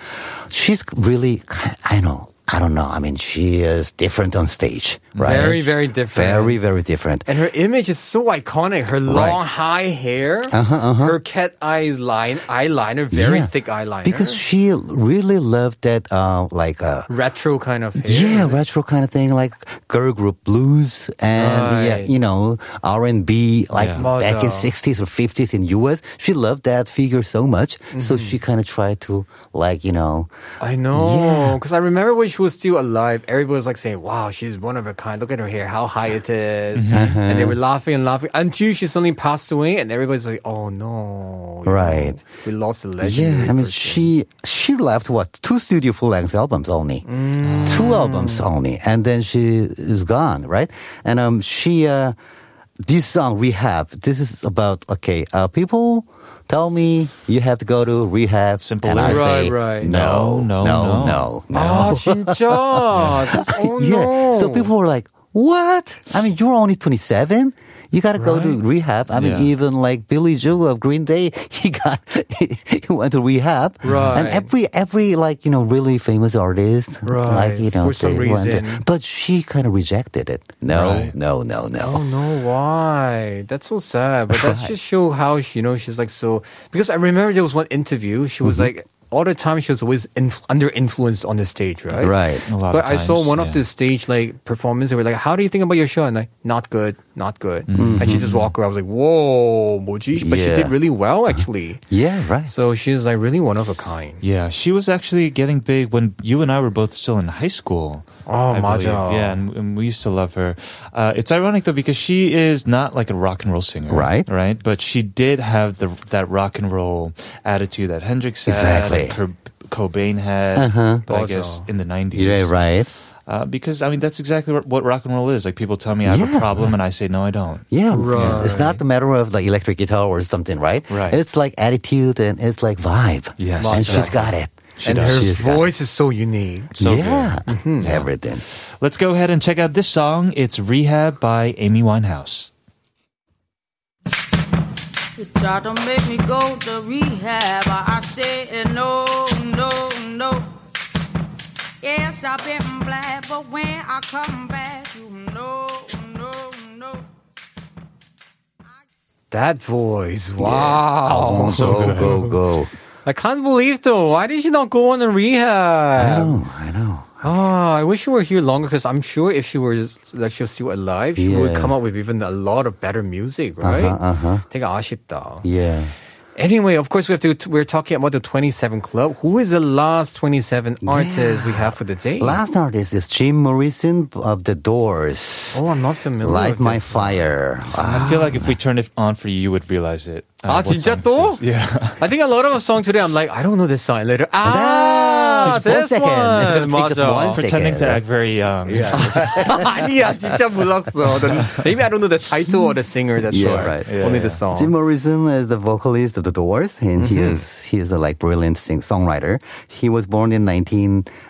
Speaker 6: she's really ki- I know I don't know. I mean, she is different on stage, right?
Speaker 1: Very, very different.
Speaker 6: Very, very different.
Speaker 1: And her image is so iconic. Her long, high hair, her cat eyes line, eyeliner, very
Speaker 6: Yeah.
Speaker 1: thick eyeliner.
Speaker 6: because she really loved that, uh, like uh,
Speaker 1: retro kind of hair.
Speaker 6: Yeah, retro kind of thing, like girl group blues and yeah,
Speaker 1: Right.
Speaker 6: you know R and B, like
Speaker 1: Yeah.
Speaker 6: back in
Speaker 1: Mojo.
Speaker 6: sixties or fifties in U.S. She loved that figure so much,
Speaker 1: Mm-hmm.
Speaker 6: so she kind of tried to like you know,
Speaker 1: I know,
Speaker 6: Yeah.
Speaker 1: because I remember when she was still alive, everybody was like saying, "Wow, she's one of a kind. Look at her hair, how high it is."
Speaker 6: Mm-hmm.
Speaker 1: And they were laughing and laughing until she suddenly passed away, and everybody's like, "Oh no!" you
Speaker 6: Right.
Speaker 1: know, we lost a legendary.
Speaker 6: yeah. I mean,
Speaker 1: person.
Speaker 6: she she left what two studio full length albums only,
Speaker 1: Mm.
Speaker 6: two albums only, and then she is gone, right? And um, she uh, this song rehab. This is about okay, uh, people. Tell me you have to go to rehab.
Speaker 2: Simple
Speaker 6: and I
Speaker 2: lyrics.
Speaker 6: say,
Speaker 1: Right, right.
Speaker 6: No,
Speaker 2: No,
Speaker 6: no,
Speaker 2: no,
Speaker 6: no, no, no.
Speaker 1: Oh, 진짜. That's- oh
Speaker 6: yeah.
Speaker 1: no.
Speaker 6: So people were like, "What? I mean, you're only 27. You got to go to rehab. I mean,
Speaker 2: Yeah.
Speaker 6: even like Billy Joel of Green Day, he got he went to rehab. And
Speaker 1: Right.
Speaker 6: every every like you know really famous artist,
Speaker 1: Right.
Speaker 6: like you know,
Speaker 1: For some
Speaker 6: they went to-
Speaker 1: reason.
Speaker 6: but she kind of rejected it. No,
Speaker 2: Right.
Speaker 6: no, no,
Speaker 1: Oh
Speaker 6: no.
Speaker 1: no, why? That's so sad. But that's just show how she, you know she's like so. Because I remember there was one interview. She was
Speaker 2: Mm-hmm.
Speaker 1: like all the time. She was always inf- under influence on the stage, right?
Speaker 6: Right.
Speaker 2: A lot
Speaker 1: but
Speaker 2: of
Speaker 1: I saw
Speaker 2: times,
Speaker 1: one
Speaker 2: yeah.
Speaker 1: of the stage like performance. They were like, "How do you think about your show?" And like, "Not good, not good."
Speaker 2: Mm-hmm.
Speaker 1: And she just walked away. I was like, "Whoa, Moji!" But she
Speaker 6: Yeah.
Speaker 1: did really well actually.
Speaker 6: Yeah, right.
Speaker 1: So she's like really one of a kind.
Speaker 2: Yeah, she was actually getting big when you and I were both still in high school.
Speaker 1: Oh,
Speaker 2: I believe.
Speaker 1: 맞아.
Speaker 2: Yeah, and, and we used to love her. Uh, it's ironic though because she is not like a rock and roll singer,
Speaker 6: Right.
Speaker 2: Right, but she did have the that rock and roll attitude that Hendrix had,
Speaker 6: Exactly. Uh-huh.
Speaker 2: that Kurt Cobain had, but I
Speaker 1: 맞아.
Speaker 2: guess in the nineties,
Speaker 6: yeah, right.
Speaker 2: Uh, because I mean that's exactly what, what rock and roll is. Like people tell me I have a
Speaker 6: Yeah.
Speaker 2: problem and I say no, I don't.
Speaker 6: Yeah, yeah.
Speaker 1: Right.
Speaker 6: it's not a matter of like electric guitar or something, right?
Speaker 2: Right.
Speaker 6: It's like attitude and it's like vibe.
Speaker 2: Yes.
Speaker 6: and she's
Speaker 1: Exactly.
Speaker 6: got it.
Speaker 1: and her
Speaker 6: She's got it.
Speaker 1: voice is so unique.
Speaker 2: So
Speaker 6: yeah, Mm-hmm. everything.
Speaker 2: Let's go ahead and check out this song. It's Rehab by Amy Winehouse.
Speaker 8: You try to make me go to rehab. I I said no, no, no. Yes, I've been black, but when I come back, you know, no, no.
Speaker 1: That voice, wow.
Speaker 6: go, go, go.
Speaker 1: I can't believe though. Why did she not go on a rehab?
Speaker 6: I know, Oh, I know.
Speaker 1: Ah, I wish she were here longer because I'm sure if she were like she was still alive, she would
Speaker 6: Yeah.
Speaker 1: come up with even a lot of better music, right?
Speaker 6: uh-huh.
Speaker 1: 되게 아쉽다.
Speaker 6: Yeah.
Speaker 1: Anyway, of course, we have to. We're talking about the 27 Club. Who is the last 27 artist we have for the day?
Speaker 6: Last artist is Jim Morrison of The Doors.
Speaker 1: Oh, I'm not familiar.
Speaker 6: Light
Speaker 1: with
Speaker 6: My
Speaker 1: it.
Speaker 6: Fire. Ah,
Speaker 2: I feel like if we turned it on for you, you would realize it.
Speaker 1: Ah,
Speaker 2: uh, what
Speaker 1: 진짜
Speaker 2: song
Speaker 1: 또?
Speaker 2: this is. Yeah.
Speaker 1: I think a lot of a song today. I'm like, I don't know this song. Later,
Speaker 6: Ah,
Speaker 1: ah,
Speaker 6: just one
Speaker 1: this
Speaker 6: second. It's
Speaker 1: one.
Speaker 6: gonna take just
Speaker 1: 맞아.
Speaker 6: one second.
Speaker 2: Pretending to act very young.
Speaker 1: 아니야, 진짜 몰랐어. The- Maybe I don't know the title or the singer. That's
Speaker 6: Yeah,
Speaker 1: all.
Speaker 6: right.
Speaker 2: Yeah,
Speaker 1: Only the
Speaker 2: yeah.
Speaker 1: song.
Speaker 6: Jim Morrison is the vocalist of The Doors, and he is he is a like brilliant sing- songwriter. He was born in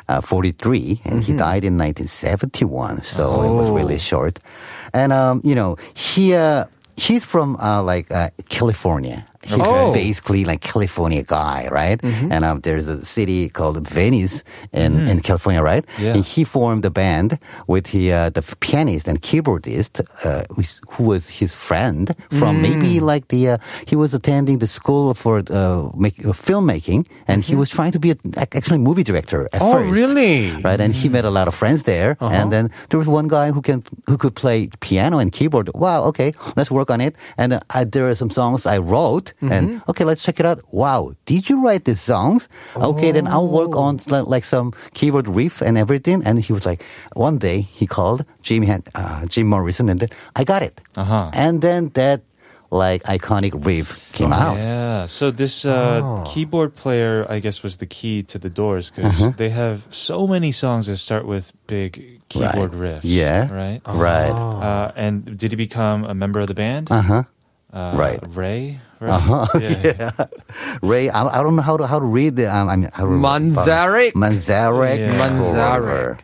Speaker 6: 1943, and he died in 1971. So it was really short. And um, you know, he uh, he's from uh, like uh, California. He's
Speaker 1: Okay.
Speaker 6: basically like California guy, right?
Speaker 1: Mm-hmm.
Speaker 6: And um, there's a city called Venice in, in California, right?
Speaker 2: Yeah.
Speaker 6: And he formed a band with the, uh, the pianist and keyboardist, uh, who's- who was his friend from
Speaker 1: Mm.
Speaker 6: maybe like the uh, he was attending the school for uh, make, uh, filmmaking, and he was trying to be a, ac- actually movie director at
Speaker 1: Mm-hmm. Oh,
Speaker 6: first.
Speaker 1: really?
Speaker 6: Right, and
Speaker 2: Hmm.
Speaker 6: he met a lot of friends there,
Speaker 2: Uh-huh.
Speaker 6: and then there was one guy who can who could play piano and keyboard. Wow, okay, let's work on it. And uh, I, there are some songs I wrote, and
Speaker 2: Mm-hmm.
Speaker 6: okay, let's check it out. Wow, did you write these songs? Okay, then I'll work on
Speaker 2: Oh.
Speaker 6: like, like some keyboard riff and everything. And he was like, one day he called Jim Han- uh, Jim Morrison, and then I got it.
Speaker 2: Uh-huh.
Speaker 6: And then that like iconic riff came
Speaker 2: Oh,
Speaker 6: out.
Speaker 2: Yeah. So this uh,
Speaker 6: Oh.
Speaker 2: keyboard player, I guess, was the key to the Doors because
Speaker 6: Mm-hmm.
Speaker 2: they have so many songs that start with big keyboard riffs.
Speaker 6: Yeah. Oh.
Speaker 2: Right.
Speaker 6: Right.
Speaker 2: Uh, and did he become a member of the band?
Speaker 6: Uh huh.
Speaker 2: Uh,
Speaker 6: right. Uh-huh.
Speaker 2: Ray. Right? Yeah.
Speaker 6: Ray, I, I don't know how to how to read the um, I mean how to
Speaker 1: Manzarek?
Speaker 6: Manzarek,
Speaker 2: Yeah.
Speaker 1: Manzarek.
Speaker 6: Manzarek.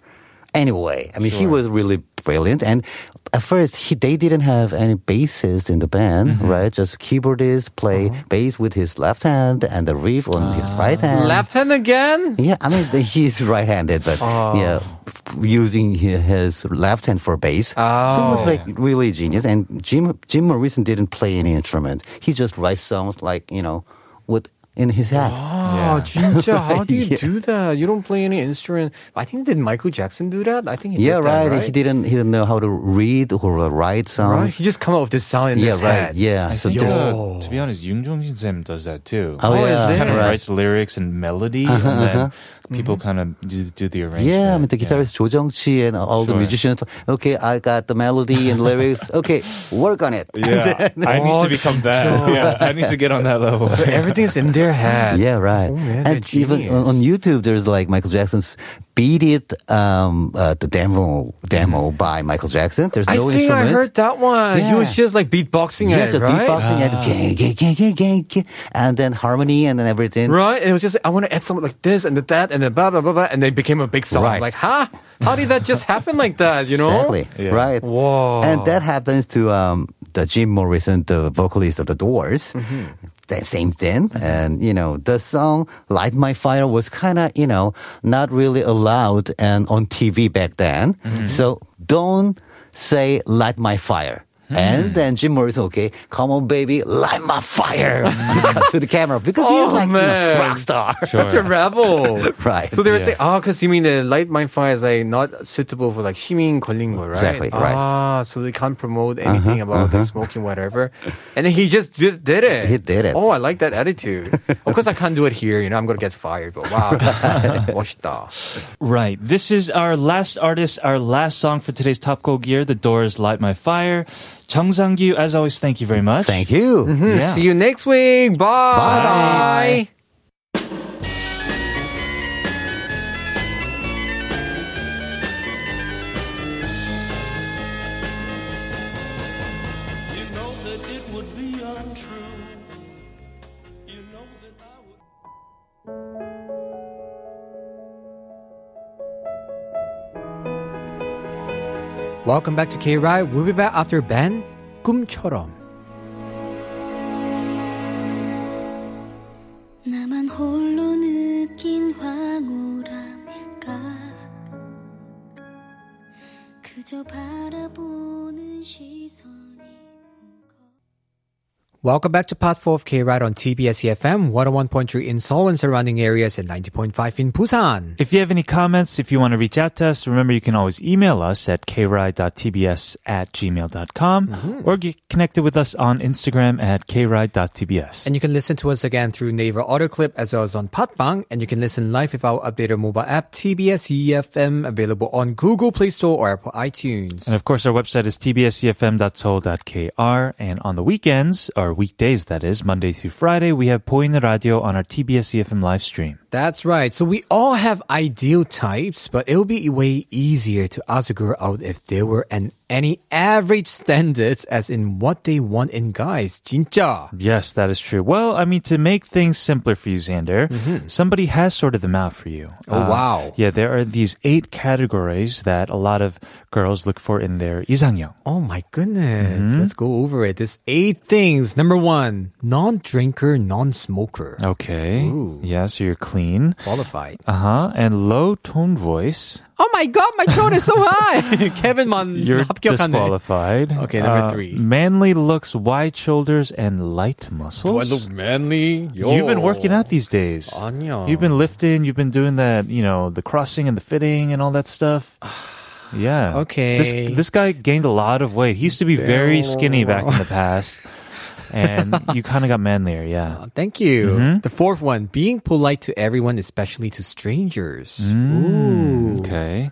Speaker 6: Anyway, I mean he was really brilliant, and at first he they didn't have any bassist in the band,
Speaker 1: Mm-hmm.
Speaker 6: right? Just keyboardist play
Speaker 1: Uh-huh.
Speaker 6: bass with his left hand and the riff on his right hand.
Speaker 1: Ah. Left hand again.
Speaker 6: Yeah, I mean he's right-handed, but
Speaker 1: Oh.
Speaker 6: yeah, using hi- his left hand for bass. So it
Speaker 1: Oh.
Speaker 6: was like really genius. And Jim Jim Morrison didn't play any instrument. He just writes songs like you know, with in his head.
Speaker 1: Oh,
Speaker 2: Yeah.
Speaker 1: Jinja, how do you
Speaker 6: Yeah.
Speaker 1: do that? You don't play any instrument. I think did Michael Jackson do that? I think he
Speaker 6: Yeah,
Speaker 1: did that,
Speaker 6: right. He didn't he didn't know how to read or write
Speaker 1: Right?
Speaker 6: songs.
Speaker 1: He just come up with this sound in
Speaker 6: Yeah,
Speaker 1: his
Speaker 6: right.
Speaker 1: head.
Speaker 6: Yeah.
Speaker 2: I
Speaker 6: so
Speaker 2: think,
Speaker 6: there's-
Speaker 2: uh, to be honest, Yoon Jong Jin Sam does that too.
Speaker 6: Oh,
Speaker 1: Oh, is
Speaker 6: yeah,
Speaker 1: it?
Speaker 2: kind of
Speaker 6: right.
Speaker 2: writes lyrics and melody, and then people kind of do, do the arrangement.
Speaker 6: Mm-hmm. Yeah, I mean the guitarist Jo Jung Chi and all the
Speaker 2: Sure.
Speaker 6: musicians. Okay, I got the melody and lyrics. Okay, work on it.
Speaker 2: Yeah, I need to become that. Yeah, I need to get on that level.
Speaker 1: Everything's in their head.
Speaker 6: Yeah, right.
Speaker 1: Oh, man,
Speaker 6: and
Speaker 1: they're
Speaker 6: even on, on YouTube, there's like Michael Jackson's "Beat It," um, uh, the demo demo by Michael Jackson. There's
Speaker 1: Mm-hmm. I
Speaker 6: no
Speaker 1: think
Speaker 6: instrument.
Speaker 1: I heard that one. He
Speaker 6: Yeah.
Speaker 1: was just like beatboxing
Speaker 6: yeah,
Speaker 1: at it,
Speaker 6: it's a
Speaker 1: right? Ah.
Speaker 6: beatboxing and gang, gang, gang, gang, gang, gang, and then harmony and then everything.
Speaker 1: Right? And it was just like, I want to add something like this and that and then blah, blah, blah, blah. And they became a big song.
Speaker 6: Right.
Speaker 1: Like, huh? How did that just happen like that, you know?
Speaker 6: Exactly.
Speaker 2: Yeah.
Speaker 6: Right.
Speaker 1: Wow.
Speaker 6: And that happens to um, the Jim Morrison, the vocalist of the Doors.
Speaker 1: Mm-hmm.
Speaker 6: That same thing. And, you know, the song Light My Fire was kind of, you know, not really allowed and on TV back then.
Speaker 1: Mm-hmm.
Speaker 6: So don't say Light My Fire.
Speaker 1: Hmm.
Speaker 6: And then Jim Morrison, okay, come on, baby, light my fire Cut to the camera because
Speaker 1: Oh,
Speaker 6: he's like you know,
Speaker 1: man.
Speaker 6: rock star,
Speaker 1: Such a rebel.
Speaker 6: right?
Speaker 1: So they were
Speaker 2: Yeah.
Speaker 1: saying, oh, because you mean the light mine fire is like not suitable for like shimming 걸린 거, right?
Speaker 6: Exactly, right. Uh-huh,
Speaker 1: Ah, so they can't promote anything about like, smoking, whatever. And then he just did, did it.
Speaker 6: He did it.
Speaker 1: Oh, I like that attitude. of course, I can't do it here. You know, I'm gonna get fired. But wow, 멋있다.
Speaker 2: Right. This is our last artist, our last song for today's Top Goal Gear, The Doors Light My Fire. Chung Sang-gyu, as always, thank you very much.
Speaker 6: Thank you.
Speaker 2: Yeah.
Speaker 1: See you next week. Bye.
Speaker 4: You know that it would be untrue. You know that I would.
Speaker 1: Welcome back to K Ride. We'll be back after Ben 꿈처럼.
Speaker 3: 나만 홀로 느낀 황홀함일까 그저 바라보는 시선이
Speaker 1: Welcome back to Part 4 of K-Ride on TBS EFM, 101.3 in Seoul and surrounding areas and 90.5 in Busan.
Speaker 2: If you have any comments, if you want to reach out to us, remember you can always email us at kride.tbs at gmail.com or get connected with us on Instagram at kride.tbs.
Speaker 1: And you can listen to us again through Naver Audio Clip as well as on Patbang. And you can listen live with our updated mobile app TBS EFM E available on Google Play Store or Apple iTunes.
Speaker 2: And of course, our website is tbscfm.soul.kr. And on the weekends, or weekdays that is, Monday through Friday, we have Poin Radio on our TBS EFM live stream.
Speaker 1: That's right. So we all have ideal types, but it'll be way easier to ask a girl out if there were an any average standards as in what they want in guys. 진짜.
Speaker 2: Yes, that is true. Well, I mean, to make things simpler for you, Xander, somebody has sorted them out for you.
Speaker 1: Mm-hmm.
Speaker 2: Uh,
Speaker 1: Oh, wow.
Speaker 2: Yeah, there are these eight categories that a lot of girls look for in their 이상형.
Speaker 1: Oh my goodness.
Speaker 2: Mm-hmm.
Speaker 1: Let's go over it. There's eight things. Number one, non-drinker, non-smoker.
Speaker 2: Uh, Okay. Yeah, so you're clean.
Speaker 1: Qualified.
Speaker 2: Uh huh. And low tone voice.
Speaker 1: Oh my god, my tone is so high. Kevin man
Speaker 2: You're
Speaker 1: 합격하네.
Speaker 2: disqualified. Uh,
Speaker 1: Okay, number three.
Speaker 2: Manly looks, wide shoulders, and light
Speaker 1: Do I
Speaker 2: muscles.
Speaker 1: look manly? Yo.
Speaker 2: You've been working out these days.
Speaker 1: 아니야.
Speaker 2: You've been lifting. You've been doing that. You know the crossing and the fitting and all that stuff. Yeah.
Speaker 1: Okay.
Speaker 2: This, this guy gained a lot of weight. He used to be very skinny back in the past, and you kind of got manlier. Yeah.
Speaker 1: Thank you.
Speaker 2: Mm-hmm.
Speaker 1: The fourth one, being polite to everyone, especially to strangers.
Speaker 2: Mm-hmm.
Speaker 1: Ooh.
Speaker 2: Okay.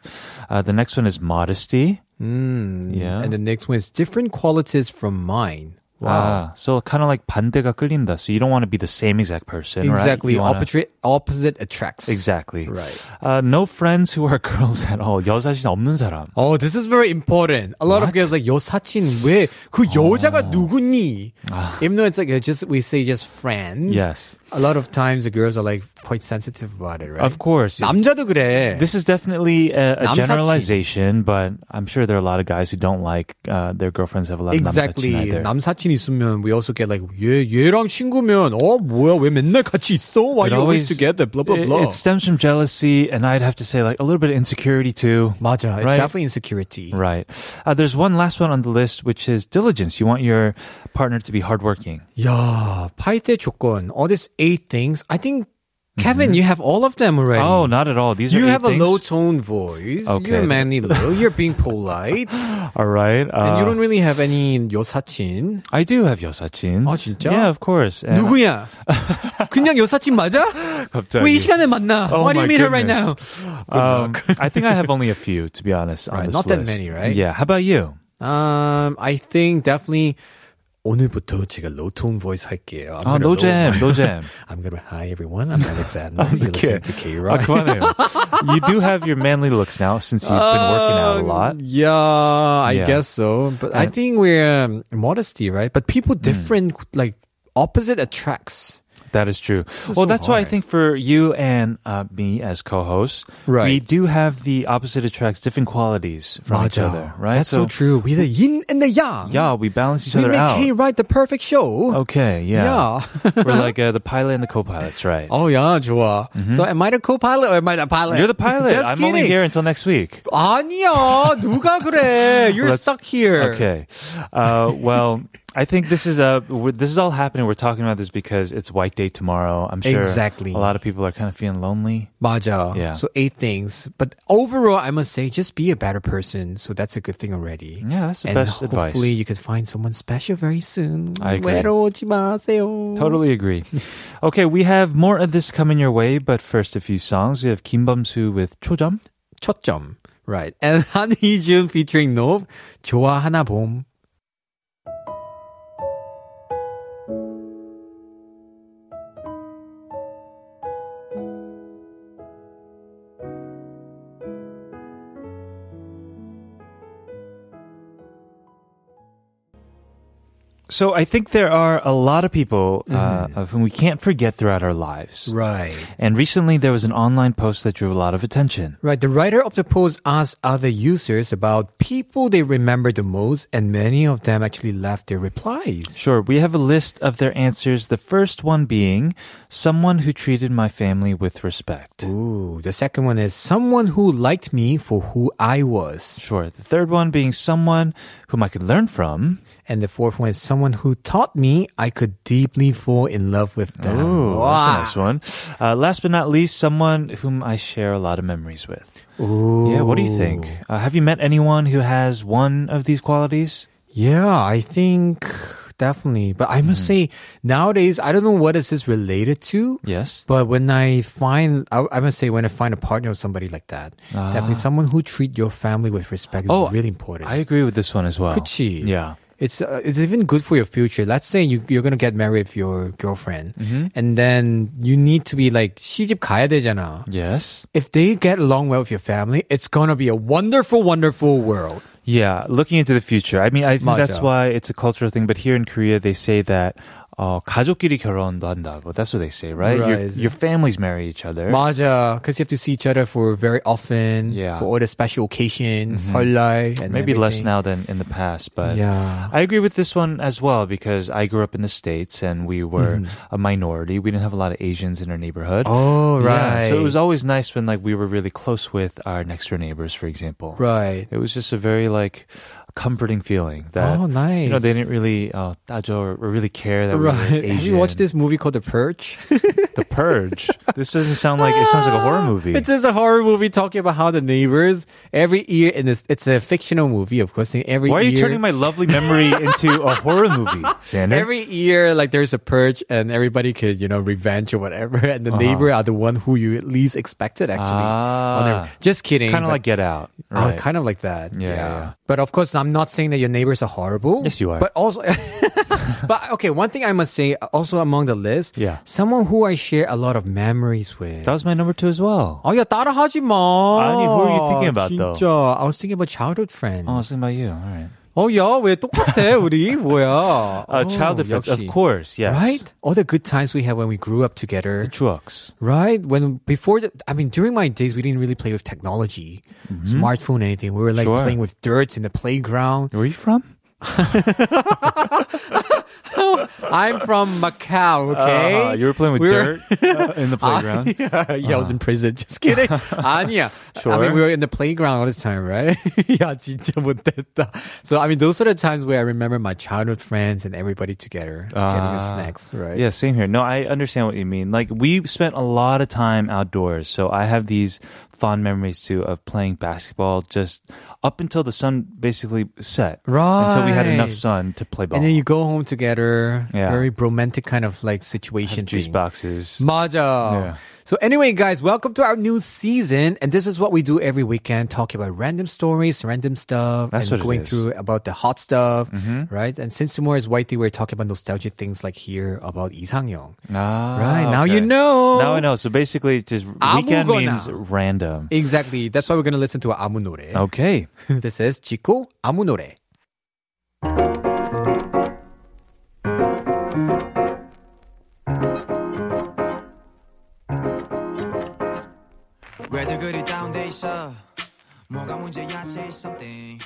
Speaker 2: Uh, the next one is modesty.
Speaker 1: Mm.
Speaker 2: Yeah.
Speaker 1: And the next one is different qualities from mine.
Speaker 2: Ah, so kind of like 반대가 끌린다. So you don't want to be the same exact person, right?
Speaker 1: Exactly.
Speaker 2: You wanna-
Speaker 1: Opposite, opposite attracts.
Speaker 2: Exactly.
Speaker 1: Right.
Speaker 2: Uh, no friends who are girls at all. 여사친 없는 사람.
Speaker 1: Oh, this is very important. A lot of
Speaker 2: What? Oh.
Speaker 1: girls like 여사친 왜그 여자가 누구니? Even though it's like uh, just we say just friends.
Speaker 2: Ah. Yes.
Speaker 1: A lot of times the girls are like quite sensitive about it, right?
Speaker 2: Of course. it's-
Speaker 1: 남자도 그래.
Speaker 2: This is definitely a, a
Speaker 1: 남사친.
Speaker 2: generalization, but I'm sure there are a lot of guys who don't like uh, their girlfriends have a lot of
Speaker 1: exactly.
Speaker 2: 남사친 either.
Speaker 1: 남사친 있으면 we also get like 얘 얘랑 친구면 어 뭐야 왜 맨날 같이 있어? Why
Speaker 2: It
Speaker 1: you always together? Blah blah
Speaker 2: it-
Speaker 1: blah.
Speaker 2: It, stems from jealousy, and I'd have to say like a little bit of insecurity too.
Speaker 1: 맞아. It's
Speaker 2: Right.
Speaker 1: definitely insecurity.
Speaker 2: Right. Uh, there's one last one on the list, which is diligence. You want your partner to be hardworking.
Speaker 1: 야, 파이트의 조건. All these eight things. I think Kevin, you have all of them already.
Speaker 2: Mm-hmm. Oh, not at all. These
Speaker 1: You
Speaker 2: are eight
Speaker 1: have
Speaker 2: things.
Speaker 1: a low tone voice. You're
Speaker 2: Okay.
Speaker 1: manly low. You're being polite.
Speaker 2: All right.
Speaker 1: and you
Speaker 2: uh,
Speaker 1: don't really have any 여사친.
Speaker 2: I do have 여사친.
Speaker 1: 아, Oh, 진짜?
Speaker 2: Yeah, of course. And-
Speaker 1: 누구야? 그냥 여사친 맞아?
Speaker 2: 갑자기.
Speaker 1: 왜이 시간에 만나?
Speaker 2: Oh
Speaker 1: Why do you
Speaker 2: my
Speaker 1: meet her right now?
Speaker 2: goodness. Um, I think I have only a few, to be honest. on
Speaker 1: Right,
Speaker 2: this
Speaker 1: not that
Speaker 2: list.
Speaker 1: many, right?
Speaker 2: Yeah. How about you?
Speaker 1: Um, I think definitely 오늘부터 제가 low tone voice 할게요. I'm
Speaker 2: Oh,
Speaker 1: gonna
Speaker 2: no
Speaker 1: lower
Speaker 2: jam,
Speaker 1: my-
Speaker 2: no jam.
Speaker 1: I'm gonna hi everyone. I'm Alexander. You're listening to K
Speaker 2: 아,
Speaker 1: Rock.
Speaker 2: 그만해요. you do have your manly looks now since you've been working out
Speaker 1: Oh.
Speaker 2: a lot.
Speaker 1: Um, Yeah, I
Speaker 2: Yeah. Hmm.
Speaker 1: guess so. But I think we're um, modesty, right? But people different, like opposite attracts.
Speaker 2: That is true.
Speaker 1: is so
Speaker 2: Well, that's why
Speaker 1: hard.
Speaker 2: I think for you and uh, me as co-hosts,
Speaker 1: Right.
Speaker 2: we do have the opposite attracts, different qualities from each other, right?
Speaker 1: That's so, true. We're the yin and the yang.
Speaker 2: Yeah, we balance each
Speaker 1: we
Speaker 2: other
Speaker 1: make
Speaker 2: out.
Speaker 1: K Ride the perfect show.
Speaker 2: Okay, yeah.
Speaker 1: Yeah.
Speaker 2: We're like uh, the pilot and the co-pilots, right?
Speaker 1: Oh yeah, 좋아. So am I the co-pilot or am I the pilot?
Speaker 2: Mm-hmm. You're the pilot.
Speaker 1: Just
Speaker 2: I'm
Speaker 1: kidding.
Speaker 2: only here until next week.
Speaker 1: 아니야, 누가 그래? You're
Speaker 2: Let's-
Speaker 1: stuck here.
Speaker 2: Okay. Uh, well, I think this is a we're, this is all happening. We're talking about this because it's White Day tomorrow. I'm sure
Speaker 1: Exactly.
Speaker 2: a lot of people are kind of feeling lonely.
Speaker 1: 맞아.
Speaker 2: Yeah.
Speaker 1: So eight things, but overall, I must say, just be a better person. So that's a good thing already.
Speaker 2: Yeah, that's the
Speaker 1: and
Speaker 2: best
Speaker 1: hopefully
Speaker 2: advice.
Speaker 1: you could find someone special very soon.
Speaker 2: I agree.
Speaker 1: 외로우지 마세요.
Speaker 2: Totally agree. okay, we have more of this coming your way, but first a few songs. We have Kim Bum-soo with 초점.
Speaker 1: 첫 점. Right. And 한희준 featuring Nov. 좋아하나 봄.
Speaker 2: So I think there are a lot of people uh, of whom we can't forget throughout our lives.
Speaker 1: Right.
Speaker 2: And recently there was an online post that drew a lot of attention.
Speaker 1: Right. The writer of the post asked other users about people they remember the most, and many of them actually left their replies.
Speaker 2: Sure, we have a list of their answers. The first one being someone who treated my family with respect.
Speaker 1: Ooh. The second one is someone who liked me for who I was.
Speaker 2: Sure. The third one being someone whom I could learn from.
Speaker 1: And the fourth one is someone who taught me I could deeply fall in love with them.
Speaker 2: Ooh, that's a nice one. Uh, last but not least, someone whom I share a lot of memories with. Ooh. Yeah, what do you think? Uh, have you met anyone who has one of these qualities?
Speaker 1: Yeah, I think definitely. But I must say, nowadays, I don't know what is this related to.
Speaker 2: Hmm. Yes.
Speaker 1: But when I find, I, I must say, when I find a partner or somebody like that, definitely someone who treat your family with respect is
Speaker 2: Ah. Oh,
Speaker 1: really important.
Speaker 2: I agree with this one as well.
Speaker 1: 그치?
Speaker 2: Oh, Yeah.
Speaker 1: It's uh, it's even good for your future. Let's say you you're gonna get married with your girlfriend,
Speaker 2: Mm-hmm.
Speaker 1: and then you need to be like 시집 가야 되잖아.
Speaker 2: Yes.
Speaker 1: If they get along well with your family, it's gonna be a wonderful, wonderful world.
Speaker 2: Yeah, looking into the future. I mean, I think that's
Speaker 1: 맞아.
Speaker 2: why it's a cultural thing. But here in Korea, they say that uh, 가족끼리 결혼도 한다고. That's what they say, right?
Speaker 1: Right.
Speaker 2: Your, your families marry each other.
Speaker 1: Maja, because you have to see each other for very often.
Speaker 2: Yeah. Mm-hmm.
Speaker 1: For all the special occasions, 설날, and
Speaker 2: Maybe less
Speaker 1: everything.
Speaker 2: now than in the past, but
Speaker 1: Yeah.
Speaker 2: I agree with this one as well because I grew up in the States and we were a minority. We didn't have a lot of Asians in our neighborhood.
Speaker 1: Mm-hmm. Oh,
Speaker 2: Yeah, so it
Speaker 1: right.
Speaker 2: was always nice when like we were really close with our next door neighbors, for example.
Speaker 1: Right.
Speaker 2: It was just a very like comforting feeling that
Speaker 1: Oh, nice.
Speaker 2: you know they didn't really uh, 따져 or really care that we were
Speaker 1: Right.
Speaker 2: Asian.
Speaker 1: Have you watched this movie called The Purge?
Speaker 2: The Purge. this doesn't sound like it sounds like a horror movie.
Speaker 1: It's just a horror movie talking about how the neighbors every year in this. It's a fictional movie, of course. and Every
Speaker 2: Why are you
Speaker 1: year,
Speaker 2: turning my lovely memory into a horror movie, Xander?
Speaker 1: Every year, like there's a purge, and everybody could, you know, revenge or whatever. And the
Speaker 2: Uh-huh.
Speaker 1: neighbor are the one who you at least expected, actually. on
Speaker 2: Ah.
Speaker 1: their- just kidding.
Speaker 2: kind of
Speaker 1: but-
Speaker 2: like Get Out.
Speaker 1: Oh,
Speaker 2: Right.
Speaker 1: kind of like that.
Speaker 2: Yeah, yeah.
Speaker 1: But of course, I'm not saying that your neighbors are horrible.
Speaker 2: Yes, you are.
Speaker 1: But also, but okay, one thing I must say, also among the list,
Speaker 2: Yeah.
Speaker 1: someone who I share a lot of memories with.
Speaker 2: that was my number two as well.
Speaker 1: Oh, yeah, 따라하지 마.
Speaker 2: 아니, who are you thinking about, though?
Speaker 1: 진짜. I was thinking about childhood friends.
Speaker 2: Oh, I was thinking about you. All right.
Speaker 1: 어, 야, 왜 똑같아, 우리? 뭐야? 어,
Speaker 2: Uh, childhood friends, of
Speaker 1: 역시.
Speaker 2: course. Yes.
Speaker 1: Right? All the good times we had when we grew up together.
Speaker 2: Trucks.
Speaker 1: Right? When before, the, I mean, during my days, we didn't really play with technology, smartphone, anything. We were like
Speaker 2: Mm-hmm. Sure.
Speaker 1: playing with dirt in the playground.
Speaker 2: Where are you from?
Speaker 1: I'm from Macau, okay?
Speaker 2: Uh, you were playing with
Speaker 1: We were-
Speaker 2: dirt uh, in the playground.
Speaker 1: yeah, yeah, I was in prison. Just kidding. 아니야. I mean,
Speaker 2: Sure.
Speaker 1: we were in the playground all the time, right? yeah, 진짜 못됐다. So, I mean, those are the times where I remember my childhood friends and everybody together getting the
Speaker 2: Ah.
Speaker 1: snacks, right?
Speaker 2: Yeah, same here. No, I understand what you mean. Like we spent a lot of time outdoors, so I have these fond memories too of playing basketball just up until the sun basically set. Until we had enough
Speaker 1: Right.
Speaker 2: sun to play ball.
Speaker 1: And then you go home together.
Speaker 2: Yeah.
Speaker 1: Very romantic kind of like situation.
Speaker 2: juice
Speaker 1: thing.
Speaker 2: boxes.
Speaker 1: Maja.
Speaker 2: Yeah.
Speaker 1: So anyway, guys, welcome to our new season, and this is what we do every weekend: talk about random stories, random stuff,
Speaker 2: That's
Speaker 1: and
Speaker 2: what it
Speaker 1: going
Speaker 2: is. Mm-hmm.
Speaker 1: through about the hot stuff, right? And since tomorrow is Whitey, we're talking about nostalgic things like here about Lee Sang Young.
Speaker 2: Ah,
Speaker 1: Right, now
Speaker 2: okay.
Speaker 1: you know.
Speaker 2: Now I know. So basically, just weekend
Speaker 1: 아무거나.
Speaker 2: means random.
Speaker 1: Exactly. That's why we're gonna listen to Amu Nore.
Speaker 2: Okay.
Speaker 1: this is Chico Amu Nore.
Speaker 5: 왜들 그리 다운돼 있어 뭐가 문제야 say something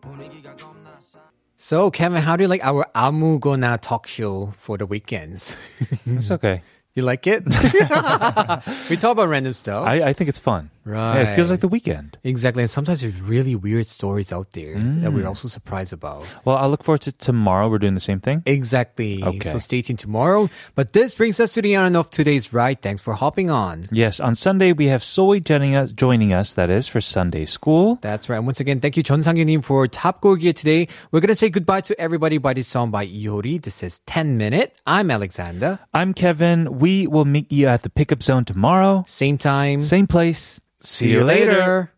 Speaker 5: 분위기가 겁나 싸
Speaker 1: So Kevin, how do you like our Amu Gona talk show for the weekends?
Speaker 2: It's okay.
Speaker 1: you like it? we talk about random stuff.
Speaker 2: I, I think it's fun. Yeah, it feels
Speaker 1: Right.
Speaker 2: like the weekend.
Speaker 1: Exactly. And sometimes there's really weird stories out there that we're also surprised about.
Speaker 2: Well, I look forward to tomorrow. We're doing the same thing.
Speaker 1: Exactly.
Speaker 2: Okay.
Speaker 1: So stay tuned tomorrow. But this brings us to the end of today's ride. Thanks for hopping on.
Speaker 2: Yes, on Sunday we have Soy joining us, joining us. That is for Sunday school.
Speaker 1: That's right. And once again, thank you, John Sang-yunim, for top goal gear today. We're going to say goodbye to everybody by this song by Iori. This is 10 Minute. I'm Alexander.
Speaker 2: I'm Kevin. We will meet you at the pickup zone tomorrow,
Speaker 1: Same time.
Speaker 2: same place.
Speaker 1: See you later.